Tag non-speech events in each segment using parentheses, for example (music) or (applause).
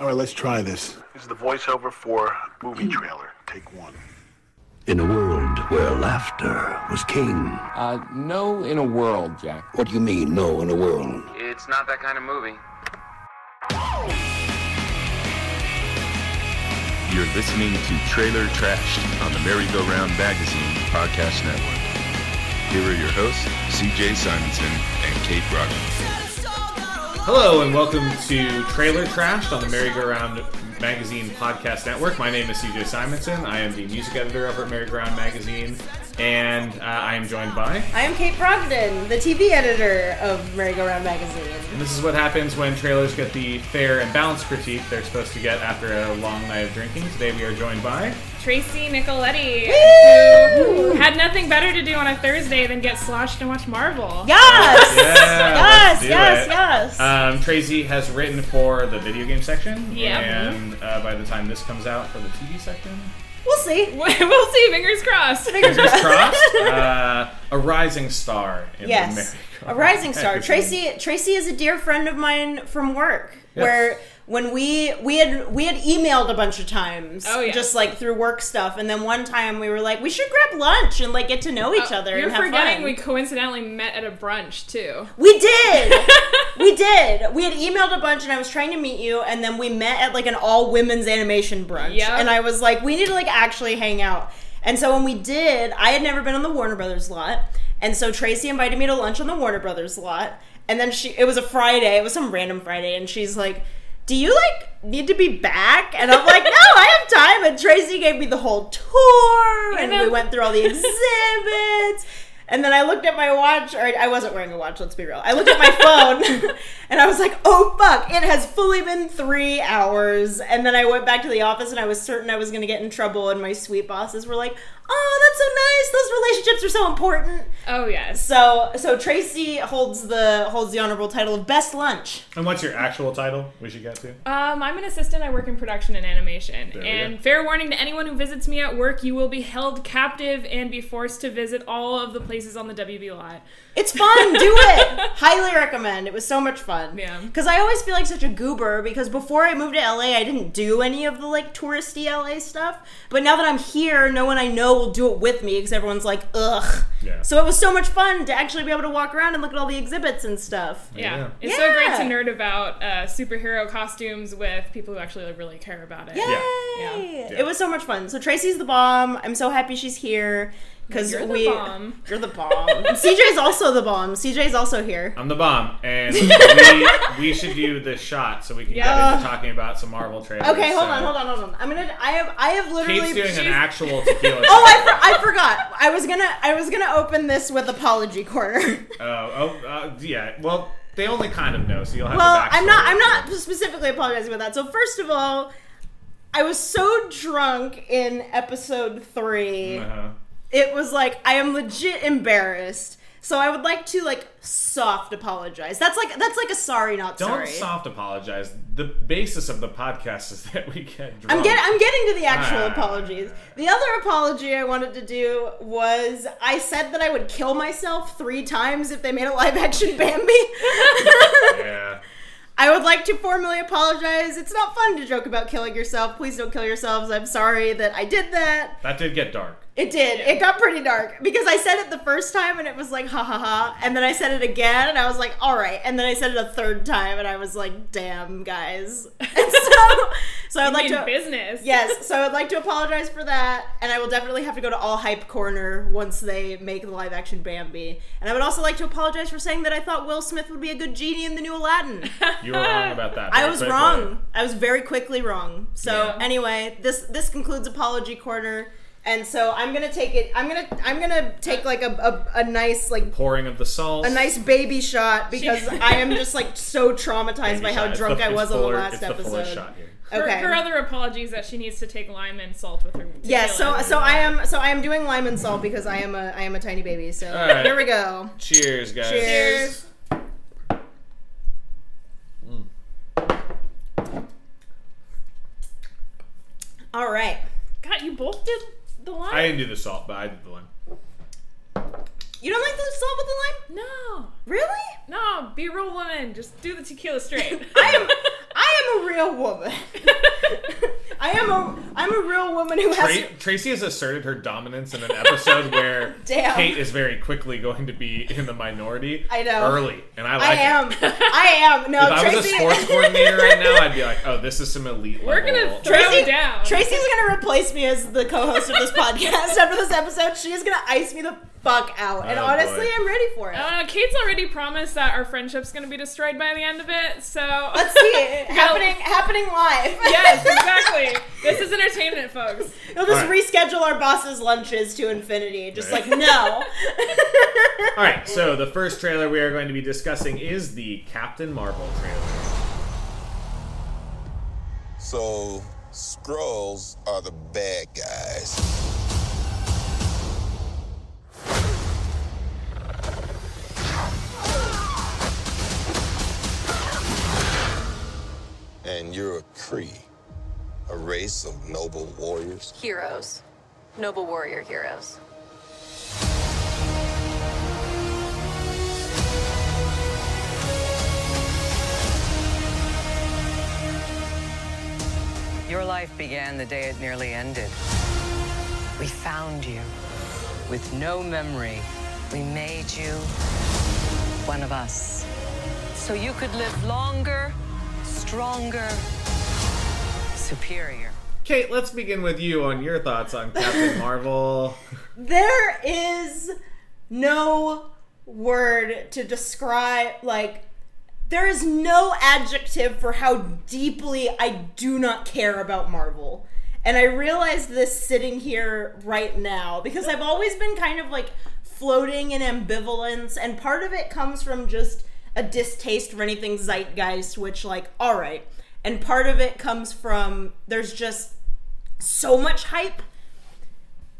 All right, let's try this. This is the voiceover for movie trailer. Take one. In a world where laughter was king. Uh, no, in a world, Jack. What do you mean, no, in a world? It's not that kind of movie. You're listening to Trailer Trashed on the Merry-Go-Round Magazine Podcast Network. Here are your hosts, CJ Simonson and Kate Brockman. Hello and welcome to Trailer Trashed on the Merry-Go-Round Magazine Podcast Network. My name is CJ Simonson. I am the music editor over at Merry-Go-Round Magazine, and uh, I am joined by. I am Kate Brogdon, the TV editor of Merry-Go-Round Magazine. And this is what happens when trailers get the fair and balanced critique they're supposed to get after a long night of drinking. Today we are joined (laughs) by. Tracy Nicoletti, who had nothing better to do on a Thursday than get sloshed and watch Marvel. (laughs) Yes! Yeah, let's yes, do yes, it. yes. Um, Tracy has written for the video game section, Yeah. and uh, by the time this comes out, for the TV (laughs) section. we'll see. we'll see. Fingers crossed. fingers crossed. Uh, a rising star. In Yes. The A America. rising star. Magazine. Tracy Tracy is a dear friend of mine from work. Yes. Where when we we had we had emailed a bunch of times. Oh, yeah. Just like through work stuff. And then one time we were like, we should grab lunch and like get to know each other Uh, You're and have forgetting fun. we coincidentally met at a brunch too. We did. we did. We had emailed a bunch, and I was trying to meet you, and then we met at like an all women's animation brunch. Yep. And I was like, we need to like actually hang out. And so when we did, I had never been on the Warner Brothers lot, and so Tracy invited me to lunch on the Warner Brothers lot, and then she it was a Friday, it was some random Friday, and she's like. Do you like need to be back? And I'm like, no, I have time. And Tracy gave me the whole tour, and know. we went through all the exhibits. And then I looked at my watch, or I wasn't wearing a watch, let's be real. I looked at my phone (laughs) and I was like, oh fuck, it has fully been three hours. And then I went back to the office and I was certain I was gonna get in trouble, and my sweet bosses were like, oh, that's so nice, those relationships are so important. Oh yes. So so Tracy holds the holds the honorable title of best lunch. And what's your actual title? We should get to. Oh, Um, I'm an assistant. I work in production and animation. There we and go. fair warning to anyone who visits me at work, you will be held captive and be forced to visit all of the places on the WB lot. It's fun. Do it. (laughs) Highly recommend. It was so much fun. Yeah. Because I always feel like such a goober because before I moved to LA, I didn't do any of the like touristy LA stuff. But now that I'm here, no one I know will do it with me because everyone's like, ugh. Yeah. So it was so much fun to actually be able to walk around and look at all the exhibits and stuff. Yeah. Yeah. It's so great Yeah. to nerd about uh, superhero costumes with people who actually really care about it. Yay! Yeah. Yeah. It was so much fun. So Tracy's the bomb. I'm so happy she's here because You're the we bomb. you're the bomb. CJ's also the bomb. CJ's also here. I'm the bomb, (laughs) and we, we should do this shot so we can Yeah. get into talking about some Marvel trailers. Okay, hold So, on, hold on, hold on. I'm gonna. I have. I have literally. Kate's doing an She's- (laughs) actual tequila. Oh, I, for- I forgot. I was gonna I was gonna open this with apology corner. oh, oh, uh, yeah. Well, they only kind of know, so you'll have. (laughs) well, the I'm not backstory. I'm not specifically apologizing about that. So first of all, I was so drunk in episode 3 Uh-huh. It was like I am legit embarrassed. So I would like to like soft apologize. That's like that's like a sorry not Don't sorry. soft apologize. The basis of the podcast is (laughs) that we get drunk. I'm getting I'm getting to the actual Ah. apologies. The other apology I wanted to do was I said that I would kill myself three times if they made a live action Bambi. (laughs) Yeah. I would like to formally apologize. It's not fun to joke about killing yourself. Please don't kill yourselves. I'm sorry that I did that. That did get dark. It did. It got pretty dark because I said it the first time and it was like ha ha ha, and then I said it again and I was like all right, and then I said it a third time and I was like damn guys. (laughs) And so, so I'd You like mean to business. Yes, so I'd like to apologize for that, and I will definitely have to go to all hype corner once they make the live action Bambi. And I would also like to apologize for saying that I thought Will Smith would be a good genie in the new Aladdin. You were wrong about that. (laughs) I very was quickly. wrong. I was very quickly wrong. So Yeah. anyway, this this concludes apology corner, and so I'm gonna take it. I'm gonna I'm gonna take like a a, a nice like. Pouring of the salt. A nice baby shot because I am just like so traumatized by how drunk I was on the last episode. Her, Okay. her other apologies that she needs to take lime and salt with her. Yeah, so tequila. so I am so I am doing lime and salt because I am a I am a tiny baby. So All right. here we go. Cheers, guys. Cheers. All right. God, you both did the lime. I didn't do the salt, but I did the lime. You don't like the salt with the lime? no, Really? (laughs) no, be a real woman. Just do the tequila straight. I am I am am a real woman. (laughs) (laughs) I am a I'm a real woman who has Tra- Tracy has asserted her dominance in an (laughs) episode where Damn. Kate is very quickly going to be in the minority. I know. Early, and I like I it. am. (laughs) I am. No, If I was a Tracy. sports coordinator right now, I'd be (laughs) like, "Oh, this is some elite We're level." gonna throw Tracy, down. Tracy's gonna replace me as the co-host of (laughs) this podcast after this episode. She is gonna ice me the fuck out, and Oh, honestly, boy. I'm ready for it. Uh, Kate's already promised that our friendship's gonna be destroyed by the end of it, so Let's see it No. happening happening live. (laughs) yes, exactly. This is entertainment, folks. We'll just All right. reschedule our boss's lunches to infinity. Just Right. (laughs) like no. All right, so the first trailer we are going to be discussing is the Captain Marvel trailer. So, Skrulls are the bad guys. And you're a Cree, a race of noble warriors. Heroes. Noble warrior heroes. Your life began the day it nearly ended. We found you. With no memory, we made you one of us. So you could live longer, stronger, superior. Kate, let's begin with you on your thoughts on (laughs) Captain Marvel. there is no word to describe like there is no adjective for how deeply I do not care about Marvel. And I realize this sitting here right now because I've always been kind of like floating in ambivalence and part of it comes from just a distaste for anything zeitgeist which like all right and part of it comes from there's just so much hype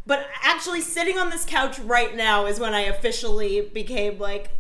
but actually sitting on this couch right now is when I officially became like,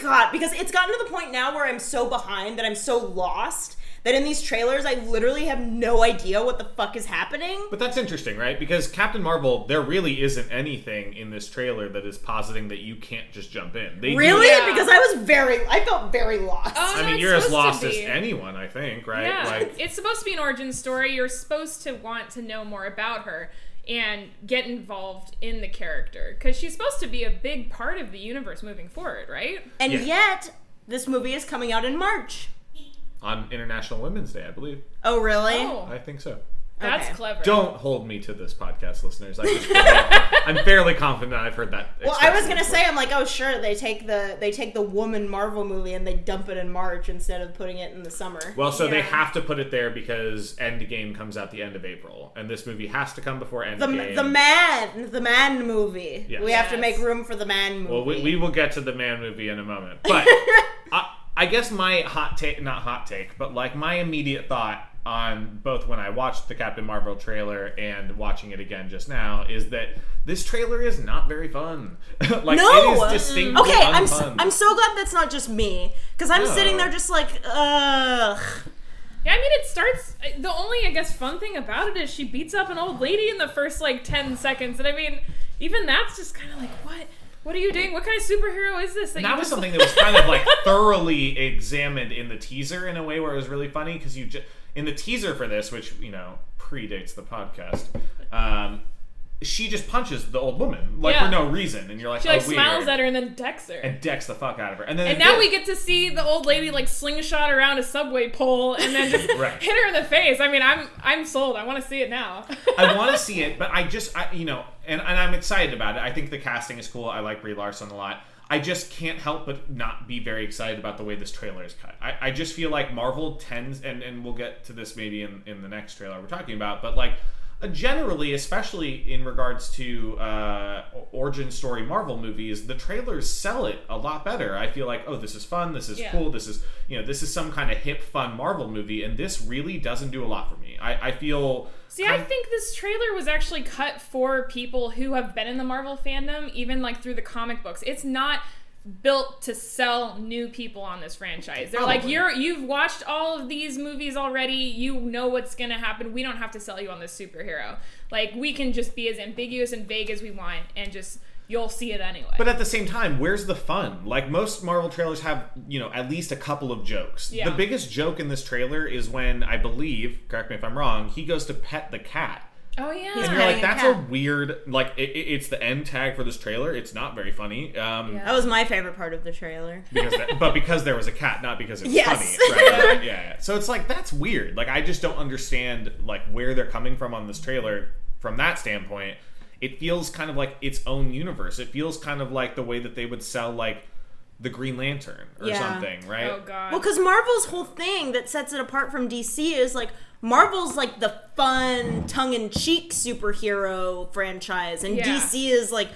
God, because it's gotten to the point now where I'm so behind that I'm so lost that in these trailers I literally have no idea what the fuck is happening. But that's interesting, right? Because Captain Marvel, there really isn't anything in this trailer that is positing that you can't just jump in. They do- Really? Yeah. Because I was very, I felt very lost. Oh, I no, mean, it's you're as supposed lost to as be. anyone, I think, right? Yeah, Like, it's supposed to be an origin story. You're supposed to want to know more about her and get involved in the character because she's supposed to be a big part of the universe moving forward, right? and yeah. yet, this movie is coming out in March. on International Women's Day, I believe. Oh, really? Oh, I think so. that's Okay. clever. Don't hold me to this podcast, listeners. I just, (laughs) I'm fairly confident I've heard that. Well, I was expressed gonna before. say, I'm like, oh sure, they take the they take the woman Marvel movie and they dump it in March instead of putting it in the summer. Well, so they Yeah. have to put it there because Endgame comes out the end of April, and this movie has to come before the, Endgame. the man the man movie Yes. we have to Yes. make room for the man movie Well, we, we will get to the man movie in a (laughs) moment, but I, I guess my hot take—not hot take, but like my immediate thought on both when I watched the Captain Marvel trailer and watching it again just now—is that this trailer is not very fun. (laughs) like no it is distinctly okay I'm, s- unfun. I'm so glad that's not just me because i'm No. sitting there just like ugh Yeah, I mean, it starts. The only, I guess, fun thing about it is she beats up an old lady in the first like ten seconds, and I mean, even that's just kind of like, what? What are you doing? What kind of superhero is this? That, you that was just- something that was kind of like thoroughly examined in the teaser in a way where it was really funny because you just in the teaser for this, which you know predates the podcast, um, she just punches the old woman like Yeah. for no reason, and you're like, She like oh, smiles weird. at her and then decks her. and decks the fuck out of her, and then And now we get to see the old lady like slingshot around a subway pole and then just (laughs) Right. hit her in the face. I mean, I'm I'm sold. I want to see it now. (laughs) I want to see it, but I just, I, you know, and, and I'm excited about it. I think the casting is cool. I like Brie Larson a lot. I just can't help but not be very excited about the way this trailer is cut. I, I just feel like Marvel tends, and, and we'll get to this maybe in, in the next trailer we're talking about, but like uh, generally, especially in regards to uh, origin story Marvel movies, the trailers sell it a lot better. I feel like, oh, this is fun, this is Yeah. cool, this is you know, this is some kind of hip, fun Marvel movie, and this really doesn't do a lot for me. I, I feel see, I think this trailer was actually cut for people who have been in the Marvel fandom, even like through the comic books. It's not built to sell new people on this franchise. They're like, Probably. you're you've watched all of these movies already. You know what's gonna happen. We don't have to sell you on this superhero. Like we can just be as ambiguous and vague as we want and just you'll see it anyway. But at the same time, where's the fun? Like most Marvel trailers have, you know, at least a couple of jokes. Yeah. The biggest joke in this trailer is when I believe, correct me if I'm wrong, he goes to pet the cat. oh yeah, And you're like, a that's a cat." weird, like, it, it- it's the end tag for this trailer. It's not very funny. Um, Yeah. That was my favorite part of the trailer. because that, but because there was a cat, not because it was Yes. funny. Right? (laughs) yeah, yeah. So it's like that's weird. Like I just don't understand like where they're coming from on this trailer from that standpoint. It feels kind of like its own universe. It feels kind of like the way that they would sell like the Green Lantern or Yeah. something, right? oh god, Well, because Marvel's whole thing that sets it apart from DC is like Marvel's like the fun, tongue in cheek superhero franchise, and Yeah. DC is like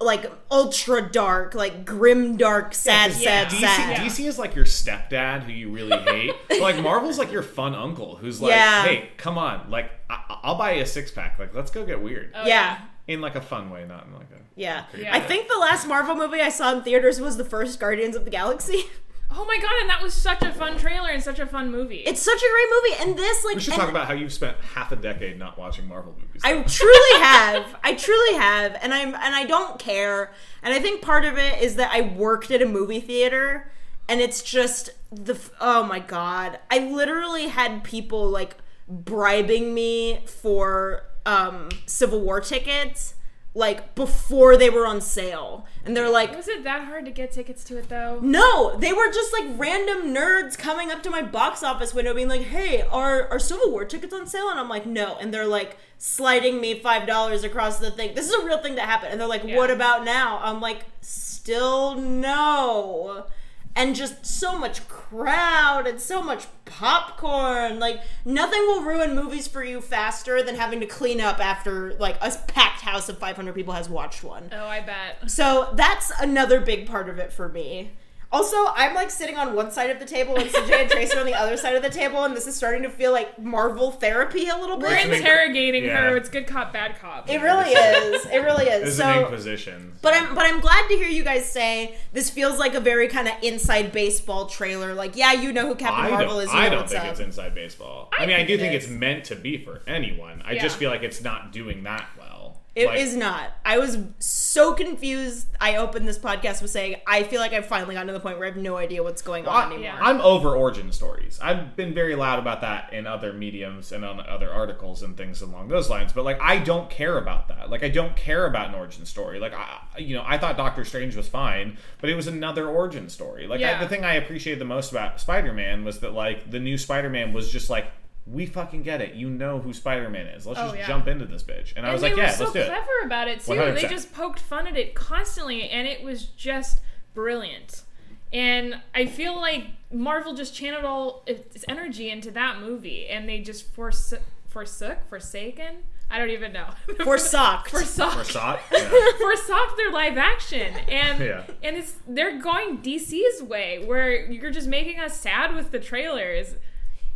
like ultra dark, like grim dark, sad, sad, DC, sad. DC is like your stepdad who you (laughs) really hate. But, like Marvel's like your fun uncle who's like, Yeah. hey, come on, like I- I'll buy you a six pack. Like let's go get weird Oh, Yeah. in like a fun way, not in like a Yeah. Yeah. I think the last Marvel movie I saw in theaters was the first Guardians of the Galaxy. (laughs) Oh my god, and that was such a fun trailer and such a fun movie. It's such a great movie, and this like We should and- talk about how you've spent half a decade not watching Marvel movies. I truly have. I truly have, and I'm and I don't care. And I think part of it is that I worked at a movie theater, and it's just the f- oh my god! I literally had people like bribing me for um Civil War tickets like before they were on sale, and they're like. was it that hard to get tickets to it though? No, they were just like random nerds coming up to my box office window being like, hey, are, are Civil War tickets on sale? And I'm like, no. And they're like sliding me $5 across the thing. This is a real thing that happened. And they're like, what about now? I'm like, still no. And just so much crowd and so much popcorn. Like, nothing will ruin movies for you faster than having to clean up after, like, a packed house of 500 people has watched one. Oh, I bet. So that's another big part of it for me. Also, I'm like sitting on one side of the table and CJ and Tracer on the other side of the table, and this is starting to feel like Marvel therapy a little We're bit. interrogating Yeah. her. It's good cop, bad cop. It really is. It really This is. is an So, Inquisition. but I'm but I'm glad to hear you guys say this feels like a very kind of inside baseball trailer. Like, yeah, you know who Captain I Marvel don't, is. You I know don't what's think up. it's inside baseball. I, mean, I think do it think is. it's meant to be for anyone. I just Yeah. feel like it's not doing that well. It is Like, not. I was so confused. I opened this podcast with saying, I feel like I've finally gotten to the point where I have no idea what's going on I, anymore. yeah. I'm over origin stories. I've been very loud about that in other mediums and on other articles and things along those lines. But like, I don't care about that. Like, I don't care about an origin story. Like, I, you know, I thought Doctor Strange was fine, but it was another origin story. Like, I, Yeah. the thing I appreciated the most about Spider Man was that like the new Spider Man was just like. We fucking get it. You know who Spider Man is. Let's Oh, just yeah. jump into this bitch. And I was and like, they yeah, were so let's do it. clever about it too. They 100%. just poked fun at it constantly, and it was just brilliant. And I feel like Marvel just channeled all its energy into that movie, and they just forsook, forsook, forsaken. I don't even know. (laughs) Forsocked. forsook, (laughs) Thought? Yeah. forsook their live action, (laughs) and Yeah. and it's they're going DC's way, where you're just making us sad with the trailers.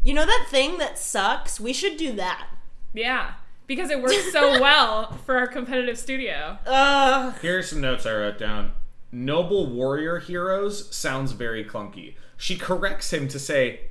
You know that thing that sucks? We should do that. Yeah, because it (laughs) works so well for our competitive studio. Ugh. Here are some notes I wrote down. Noble warrior heroes sounds very clunky. She corrects him to say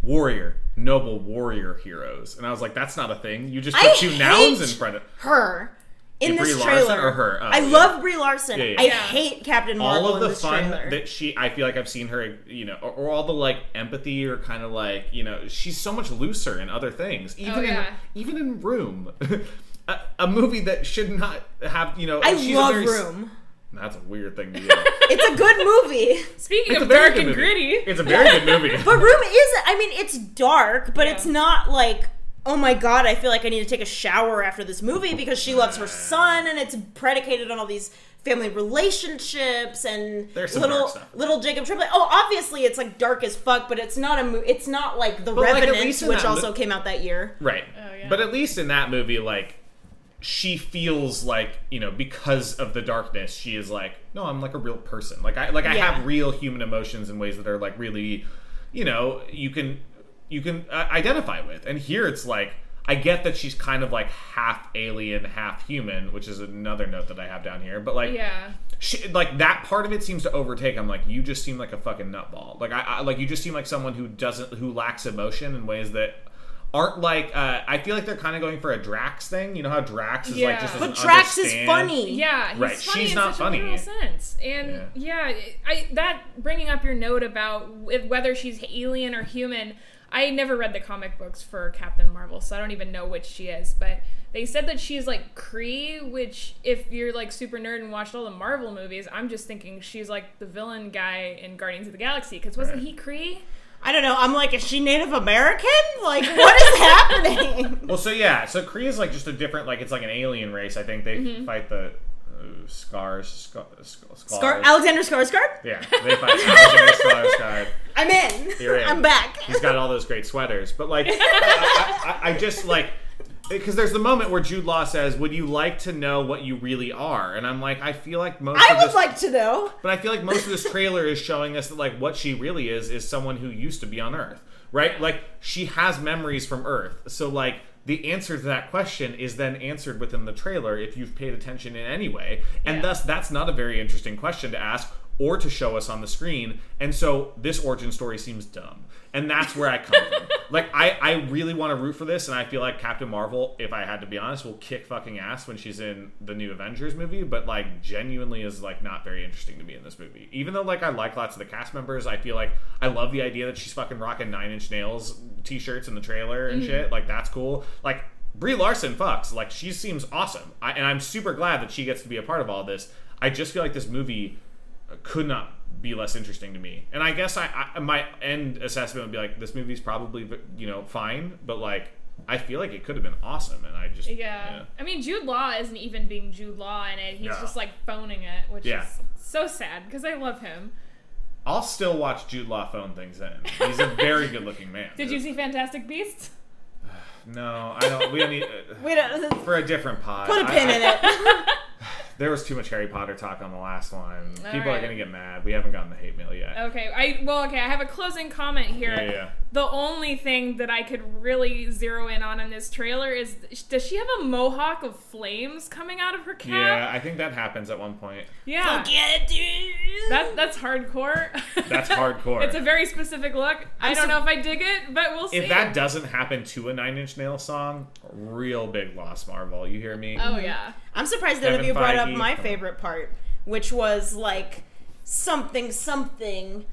warrior, noble warrior heroes. And I was like, that's not a thing. You just put I two nouns in hate- front of Her in Yeah, this Brie trailer. Larson or her? Oh, I yeah. love Brie Larson. Yeah, yeah, I yeah. hate Captain Marvel all of in the this fun trailer. that she I feel like I've seen her, you know, or, or all the like empathy or kind of like, you know, she's so much looser in other things. Oh, Even yeah. in even in Room. (laughs) a, a movie that should not have, you know, I she's a love very s- Room. That's a weird thing to do. (laughs) It's a good movie. Speaking It's a of very dark good and movie. gritty, It's a very (laughs) good movie. But Room is I mean it's dark, but Yeah. it's not like Oh my god, I feel like I need to take a shower after this movie because she loves her son and it's predicated on all these family relationships and There's some little dark stuff. little Jacob Tremblay. Oh, obviously it's like dark as fuck, but it's not a mo- it's not like The like, at Revenant, least in which that mo- also came out that year. Right. Oh, yeah. But at least in that movie, like she feels like you know because of the darkness, she is like, no, I'm like a real person. Like I like I Yeah. have real human emotions in ways that are like really, you know, you can you can uh, identify with. And here it's like. I get that she's kind of like half alien, half human, which is another note that I have down here. But like, yeah. she, like that part of it seems to overtake. I'm like, you just seem like a fucking nutball. Like I, I like you just seem like someone who doesn't who lacks emotion in ways that aren't like uh, I feel like they're kind of going for a Drax thing. You know how Drax is like Yeah. just. But doesn't Drax is understand. funny. Yeah, he's Right, funny she's in not such funny. a literal sense. And yeah. I that bringing up your note about wh- whether she's alien or human. I never read the comic books for Captain Marvel, so I don't even know which she is. But they said that she's like Kree, which if you're like super nerd and watched all the Marvel movies, I'm just thinking she's like the villain guy in Guardians of the Galaxy. Because wasn't Right. he Kree? I don't know. I'm like, is she Native American? Like, what is (laughs) happening? Well, so yeah, so Kree is like just a different, like it's like an alien race. I think they fight the uh, scars, scar, scar, Scar- Alexander Skarsgård? Yeah, they fight scars. scars, scars. I'm in. You're in. I'm back. He's got all those great sweaters, but like, I, I, I just like because there's the moment where Jude Law says, "Would you like to know what you really are?" And I'm like, I feel like most. (laughs) I of would this, like to know. But I feel like most of this trailer is showing us that like what she really is is someone who used to be on Earth, right? Like she has memories from Earth. So like the answer to that question is then answered within the trailer if you've paid attention in any way. And thus that's not a very interesting question to ask or to show us on the screen. And so this origin story seems dumb. And that's where I come from. Like I, I really want to root for this and I feel like Captain Marvel, if I had to be honest, will kick fucking ass when she's in the new Avengers movie, but like genuinely is like not very interesting to me in this movie. Even though like I like lots of the cast members, I feel like I love the idea that she's fucking rocking nine inch nails t shirts in the trailer and shit. Like that's cool. Like Brie Larson fucks. Like she seems awesome. I, and I'm super glad that she gets to be a part of all this. I just feel like this movie could not be less interesting to me. And I guess I, I my end assessment would be like this movie's probably you know fine, but like I feel like it could have been awesome, and I just Yeah. I mean, Jude Law isn't even being Jude Law in it. He's No. just like phoning it, which Yeah. is so sad because I love him. I'll still watch Jude Law phone things in. He's a very good looking man. (laughs) Did you see Fantastic Beasts? No, I don't. We don't need uh, We don't. for a different pod. Put a I- pin I- in (laughs) it. There was too much Harry Potter talk on the last one. People are right. gonna get mad. We haven't gotten the hate mail yet. Okay, I well, okay, I have a closing comment here. Yeah, yeah. The only thing that I could really zero in on in this trailer is does she have a mohawk of flames coming out of her Yeah, cap? I think that happens at one point. Yeah. Get it, dude. That, that's hardcore. (laughs) That's hardcore. it's a very specific look. I don't know if I dig it, but we'll see. If that doesn't happen to a Nine Inch Nail song, real big loss, Marvel. You hear me? oh yeah. I'm surprised none of Kevin you brought Feige, up my come on. favorite part, which was like something something.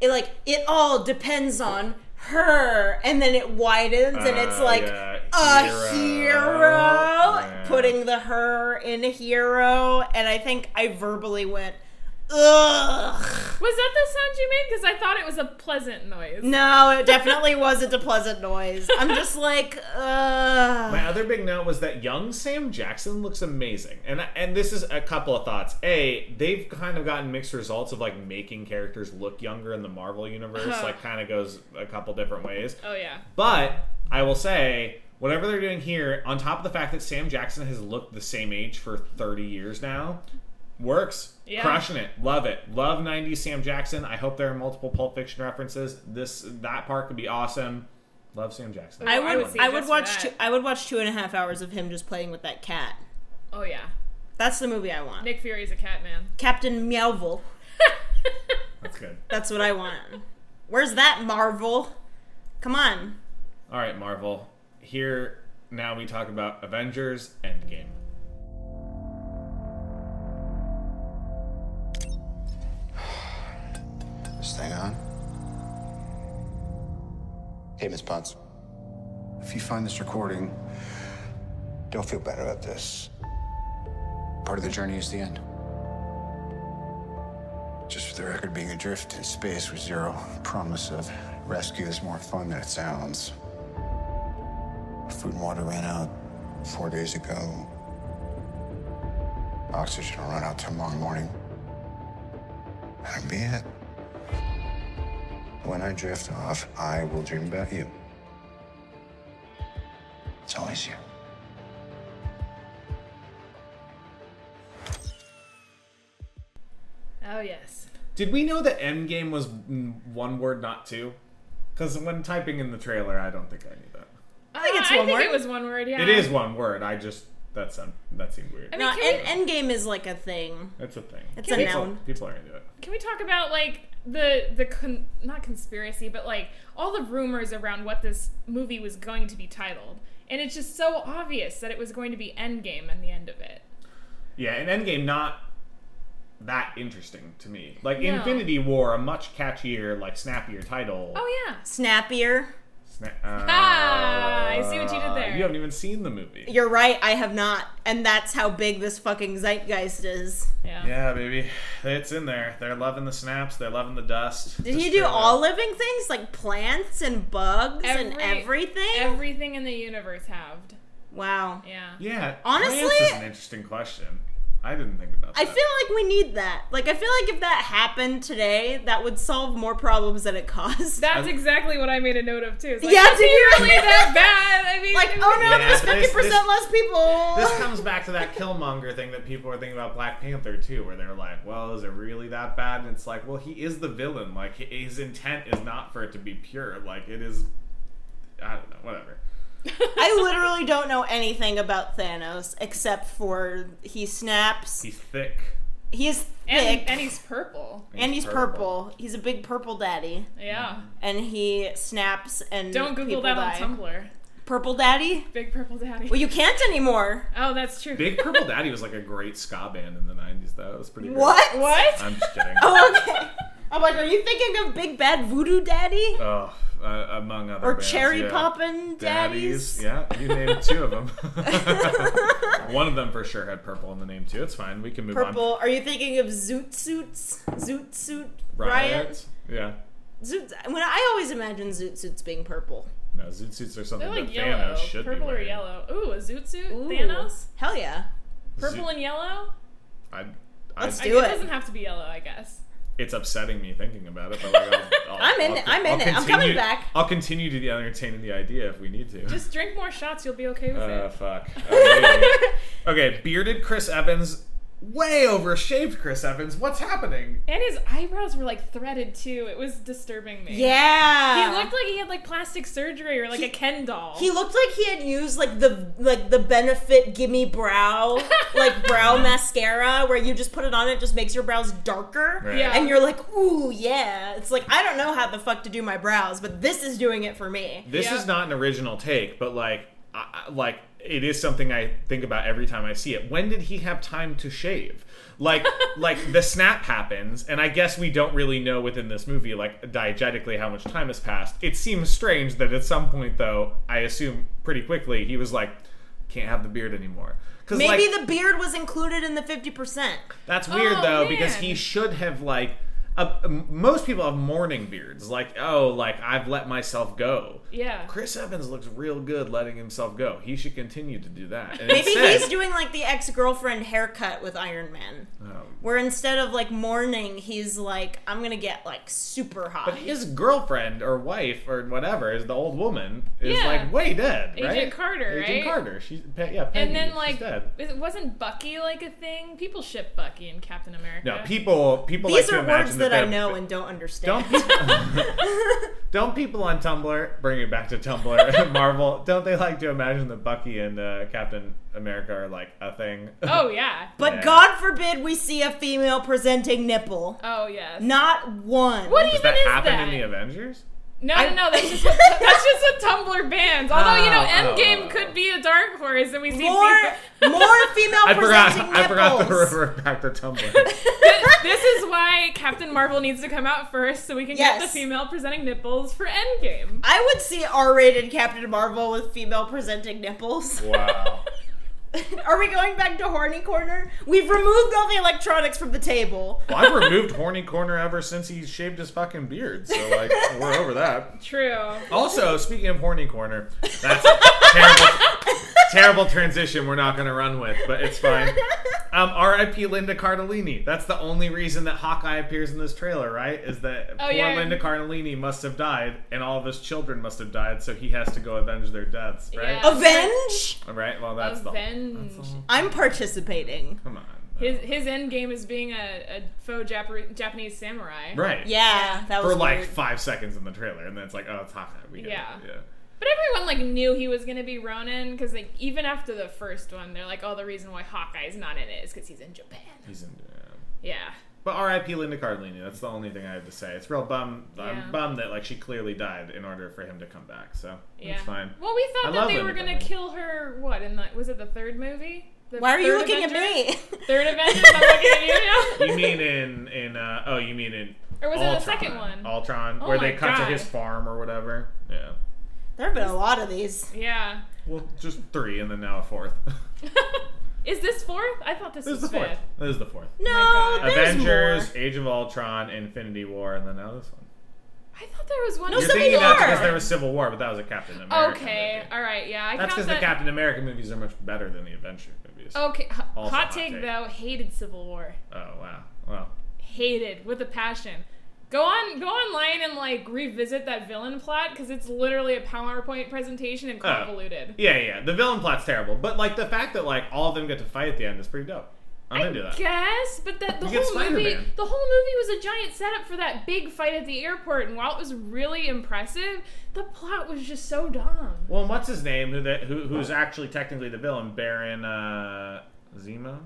It like it all depends on her, and then it widens, and it's Uh, like yeah, a hero, Yeah. putting the her in a hero. And I think I verbally went, ugh. Was that the sound you made? Because I thought it was a pleasant noise. No, it definitely (laughs) wasn't a pleasant noise. I'm just like, ugh. My other big note was that young Sam Jackson looks amazing, and and this is a couple of thoughts. A, they've kind of gotten mixed results of like making characters look younger in the Marvel universe. Like, kind of goes a couple different ways. Oh yeah. But I will say, whatever they're doing here, on top of the fact that Sam Jackson has looked the same age for 30 years now, works. Yeah. Crushing it. Love it. Love 90s Sam Jackson. I hope there are multiple Pulp Fiction references. This that part could be awesome. Love Sam Jackson. I I would, would see I it would just for watch, two, that. I would watch two and a half hours of him just playing with that cat. Oh yeah. That's the movie I want. Nick Fury's a cat man. Captain Meowville. That's good. That's what I want. Where's that Marvel? Come on. All right, Marvel. Here now we talk about Avengers Endgame. This thing on? Hey, Miss Potts. If you find this recording, don't feel bad about this. Part of the journey is the end. Just for the record, being adrift in space with zero promise of rescue is more fun than it sounds. Food and water ran out four days ago. Oxygen will run out tomorrow morning. That'll be it. When I drift off, I will dream about you. It's always you. Oh yes. Did we know that Endgame was mm, one word, not two? Because when typing in the trailer, I don't think I knew that. I think it's one I think word. it was one word. Yeah. It is one word. I just That sound that seemed weird. I mean, No, can we- Uh, end, Endgame is like a thing. It's a thing. It's people, a noun. People are into it. Can we talk about like the the con- not conspiracy, but like all the rumors around what this movie was going to be titled? And it's just so obvious that it was going to be Endgame and the end of it. Yeah, and Endgame not that interesting to me. Like No. Infinity War, a much catchier, like snappier title. Oh yeah. Snappier. Sna- Ah, I see what you did Uh, there. You haven't even seen the movie. You're right, I have not. And that's how big this fucking zeitgeist is. yeah. yeah, baby, it's in there. They're loving the snaps. They're loving the dust. Did he do all living things like plants and bugs and everything? Everything in the universe halved. wow. Yeah. Yeah. Honestly- plants is an interesting question. I didn't think about that. I feel like we need that. Like I feel like if that happened today, that would solve more problems than it caused. (laughs) That's exactly what I made a note of too. It's Like, Yeah, yeah, it's do you- really that bad. I mean, like, it oh was- no, Yeah, there's but fifty this- percent this- less (laughs) This people. comes back to that Killmonger thing that people were thinking about Black Panther too, where they're like, "Well, is it really that bad?" And it's like, "Well, he is the villain. Like hi- his intent is not for it to be pure. Like it is, I don't know, whatever." I literally don't know anything about Thanos except for he snaps. He's thick. He is thick And, and he's purple. and he's purple. He's a big purple daddy, Yeah. and he snaps and Don't Google people that die. on Tumblr. Purple daddy? Big purple daddy. Well, you can't anymore. oh, that's true. Big Purple (laughs) Daddy was like a great ska band in the '90s. though. That was pretty. great. What? what? I'm just kidding. (laughs) Oh, okay. I'm like, are you thinking of Big Bad Voodoo Daddy Oh, uh, among other or bands, Cherry yeah. Poppin' Daddies? Daddies. Yeah, you named two of (laughs) them. One of them for sure had purple in the name too. It's fine. We can move on. Purple. Are you thinking of Zoot Suits? Zoot Suit Riot? Yeah. Zoot. When I always imagine Zoot Suits being purple. No, zoot suits are something They're like that yellow. Thanos should be Purple or wearing. yellow. Ooh, a zoot suit? Ooh. Thanos? Hell yeah. Purple Zoot- and yellow? I'd, Let's I'd, do it it. doesn't have to be yellow, I guess. It's upsetting me thinking about it, but like, I'll, (laughs) I'll, I'm in I'll, it. I'm in I'll it. I'm continue- coming back. I'll continue to entertain the idea if we need to. Just drink more shots, you'll be okay with uh, (laughs) it. fuck. Oh, wait. okay, bearded Chris Evans, way overshaved Chris Evans. What's happening? And his eyebrows were like threaded too. It was disturbing me. He Yeah. looked like he had like plastic surgery or like a Ken doll. He looked like he had used like the like the benefit gimme brow like brow mascara where you just put it on it just makes your brows darker Right. Yeah. and you're like ooh yeah it's like I don't know how the fuck to do my brows but this is doing it for me This Yeah. is not an original take, but like, I, I- like it is something I think about every time I see it. When did he have time to shave? (laughs) Like, like the snap happens, and I guess we don't really know within this movie, like diegetically, how much time has passed. It seems strange that at some point, though, I assume pretty quickly, he was like, "Can't have the beard anymore." Because maybe like, the beard was included in the fifty percent that's weird Oh, though because man. he should have like a, m- most people have morning beards like oh like I've let myself go. yeah. Chris Evans looks real good letting himself go. He should continue to do that. And maybe instead- he's doing like the ex girlfriend haircut with Iron Man Um, where instead of like mourning he's like I'm gonna get like super hot but his girlfriend or wife or whatever is the old woman is Yeah. like way dead, Agent right? Carter, Agent right? Carter. She's Pe- yeah, Peggy, And then she's like dead. it wasn't Bucky like a thing? People ship Bucky and Captain America. No, people people these like to are words imagine that, that I they're- know and don't understand. Don't people, (laughs) don't people on Tumblr bring it back to Tumblr? (laughs) Marvel, don't they like to imagine that Bucky and uh, Captain America are like a thing? Oh yeah. But (laughs) Yeah. God forbid we see a female presenting nipple. Oh yes. Not one. What even Does that is happen that? in the Avengers? No, I- no, no. That's just what, that's just what Tumblr (laughs) bans. Although you know, Oh, oh, Endgame oh. could be a dark horse, and we see More, people- more female (laughs) I forgot. presenting I forgot to nipples. revert back to Tumblr. Th- this is why Captain Marvel needs to come out first, so we can get the Yes. female presenting nipples for Endgame. I would see R-rated Captain Marvel with female presenting nipples. wow. Are we going back to horny corner? We've removed all the electronics from the table. (laughs) Well, I've removed horny corner ever since he shaved his fucking beard, so like we're over that. True. Also, speaking of horny corner, that's a terrible, terrible transition. We're not going to run with, but it's fine. Um, R.I.P. Linda Cardellini. That's the only reason that Hawkeye appears in this trailer, right? Is that poor Oh, yeah. Linda Cardellini must have died, and all of his children must have died, so he has to go avenge their deaths, right? Yeah. Avenge? All right. Well, that's Avenge. the. That's the- I'm participating. Come on. His his Endgame is being a, a faux Jap- Japanese samurai. right. Yeah, that was for like weird. five seconds in the trailer, and then it's like, oh, it's Hawkeye. We get it. Yeah. yeah. But everyone like knew he was gonna be Ronin because like even after the first one, they're like, "Oh, the reason why Hawkeye's not in it is because he's in Japan." He's in. Uh, Yeah, but R.I.P. Linda Cardellini. That's the only thing I have to say. It's real bum. Yeah. I'm bummed that like she clearly died in order for him to come back. So yeah. it's (laughs) fine. Well, we I thought that love they Linda were gonna Cardellini. kill her. What in the was it the third movie? The Why are you third looking Avenger? at me? (laughs) Third Avengers. I'm looking at you (laughs) now. You mean in in uh, oh you mean in Or was it the Ultron, second one? Ultron Oh where my they cut to God. his farm or whatever yeah There have been a lot of Oh these. yeah. well just three and then now a fourth (laughs) Is this fourth? I thought this, this is was the fourth fifth. Oh this is the fourth No, God. there's Avengers more. Age of Ultron Infinity War and then now this one I thought there was one. No, you're something thinking that's more. because there was Civil War but that was a Captain America Okay, movie. all right, yeah. I that's count because the that. Oh. Captain America movies are much better than the Adventure movies Okay, h- Also hot hot take, take. though. Hated Civil War. oh wow well Hated with a passion. Go on, go online and like revisit that villain plot because it's literally a PowerPoint presentation and convoluted. yeah yeah the villain plot's terrible but like the fact that like all of them get to fight at the end is pretty dope I'm I into that guess, but that the You get whole movie, Spider-Man. the whole movie was a giant setup for that big fight at the airport, and while it was really impressive, the plot was just so dumb. Well, and what's his name? Who that? Who, who's actually technically the villain? Baron uh, Zemo.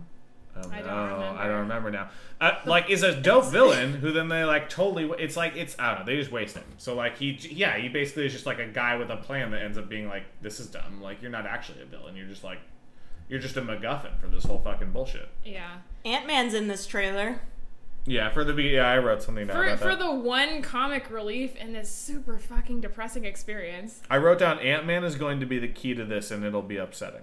Oh, I don't no, remember. I don't remember now. Uh, like, is a dope villain who then they like totally. wa- It's like it's I don't know. They just waste him. So like he, j- yeah, he basically is just like a guy with a plan that ends up being like, this is dumb. Like you're not actually a villain. You're just like, you're just a MacGuffin for this whole fucking bullshit. Yeah. Ant Man's in this trailer. Yeah, for the be- yeah, I wrote something down For, about for that. the one comic relief in this super fucking depressing experience. I wrote down Ant Man is going to be the key to this, and it'll be upsetting.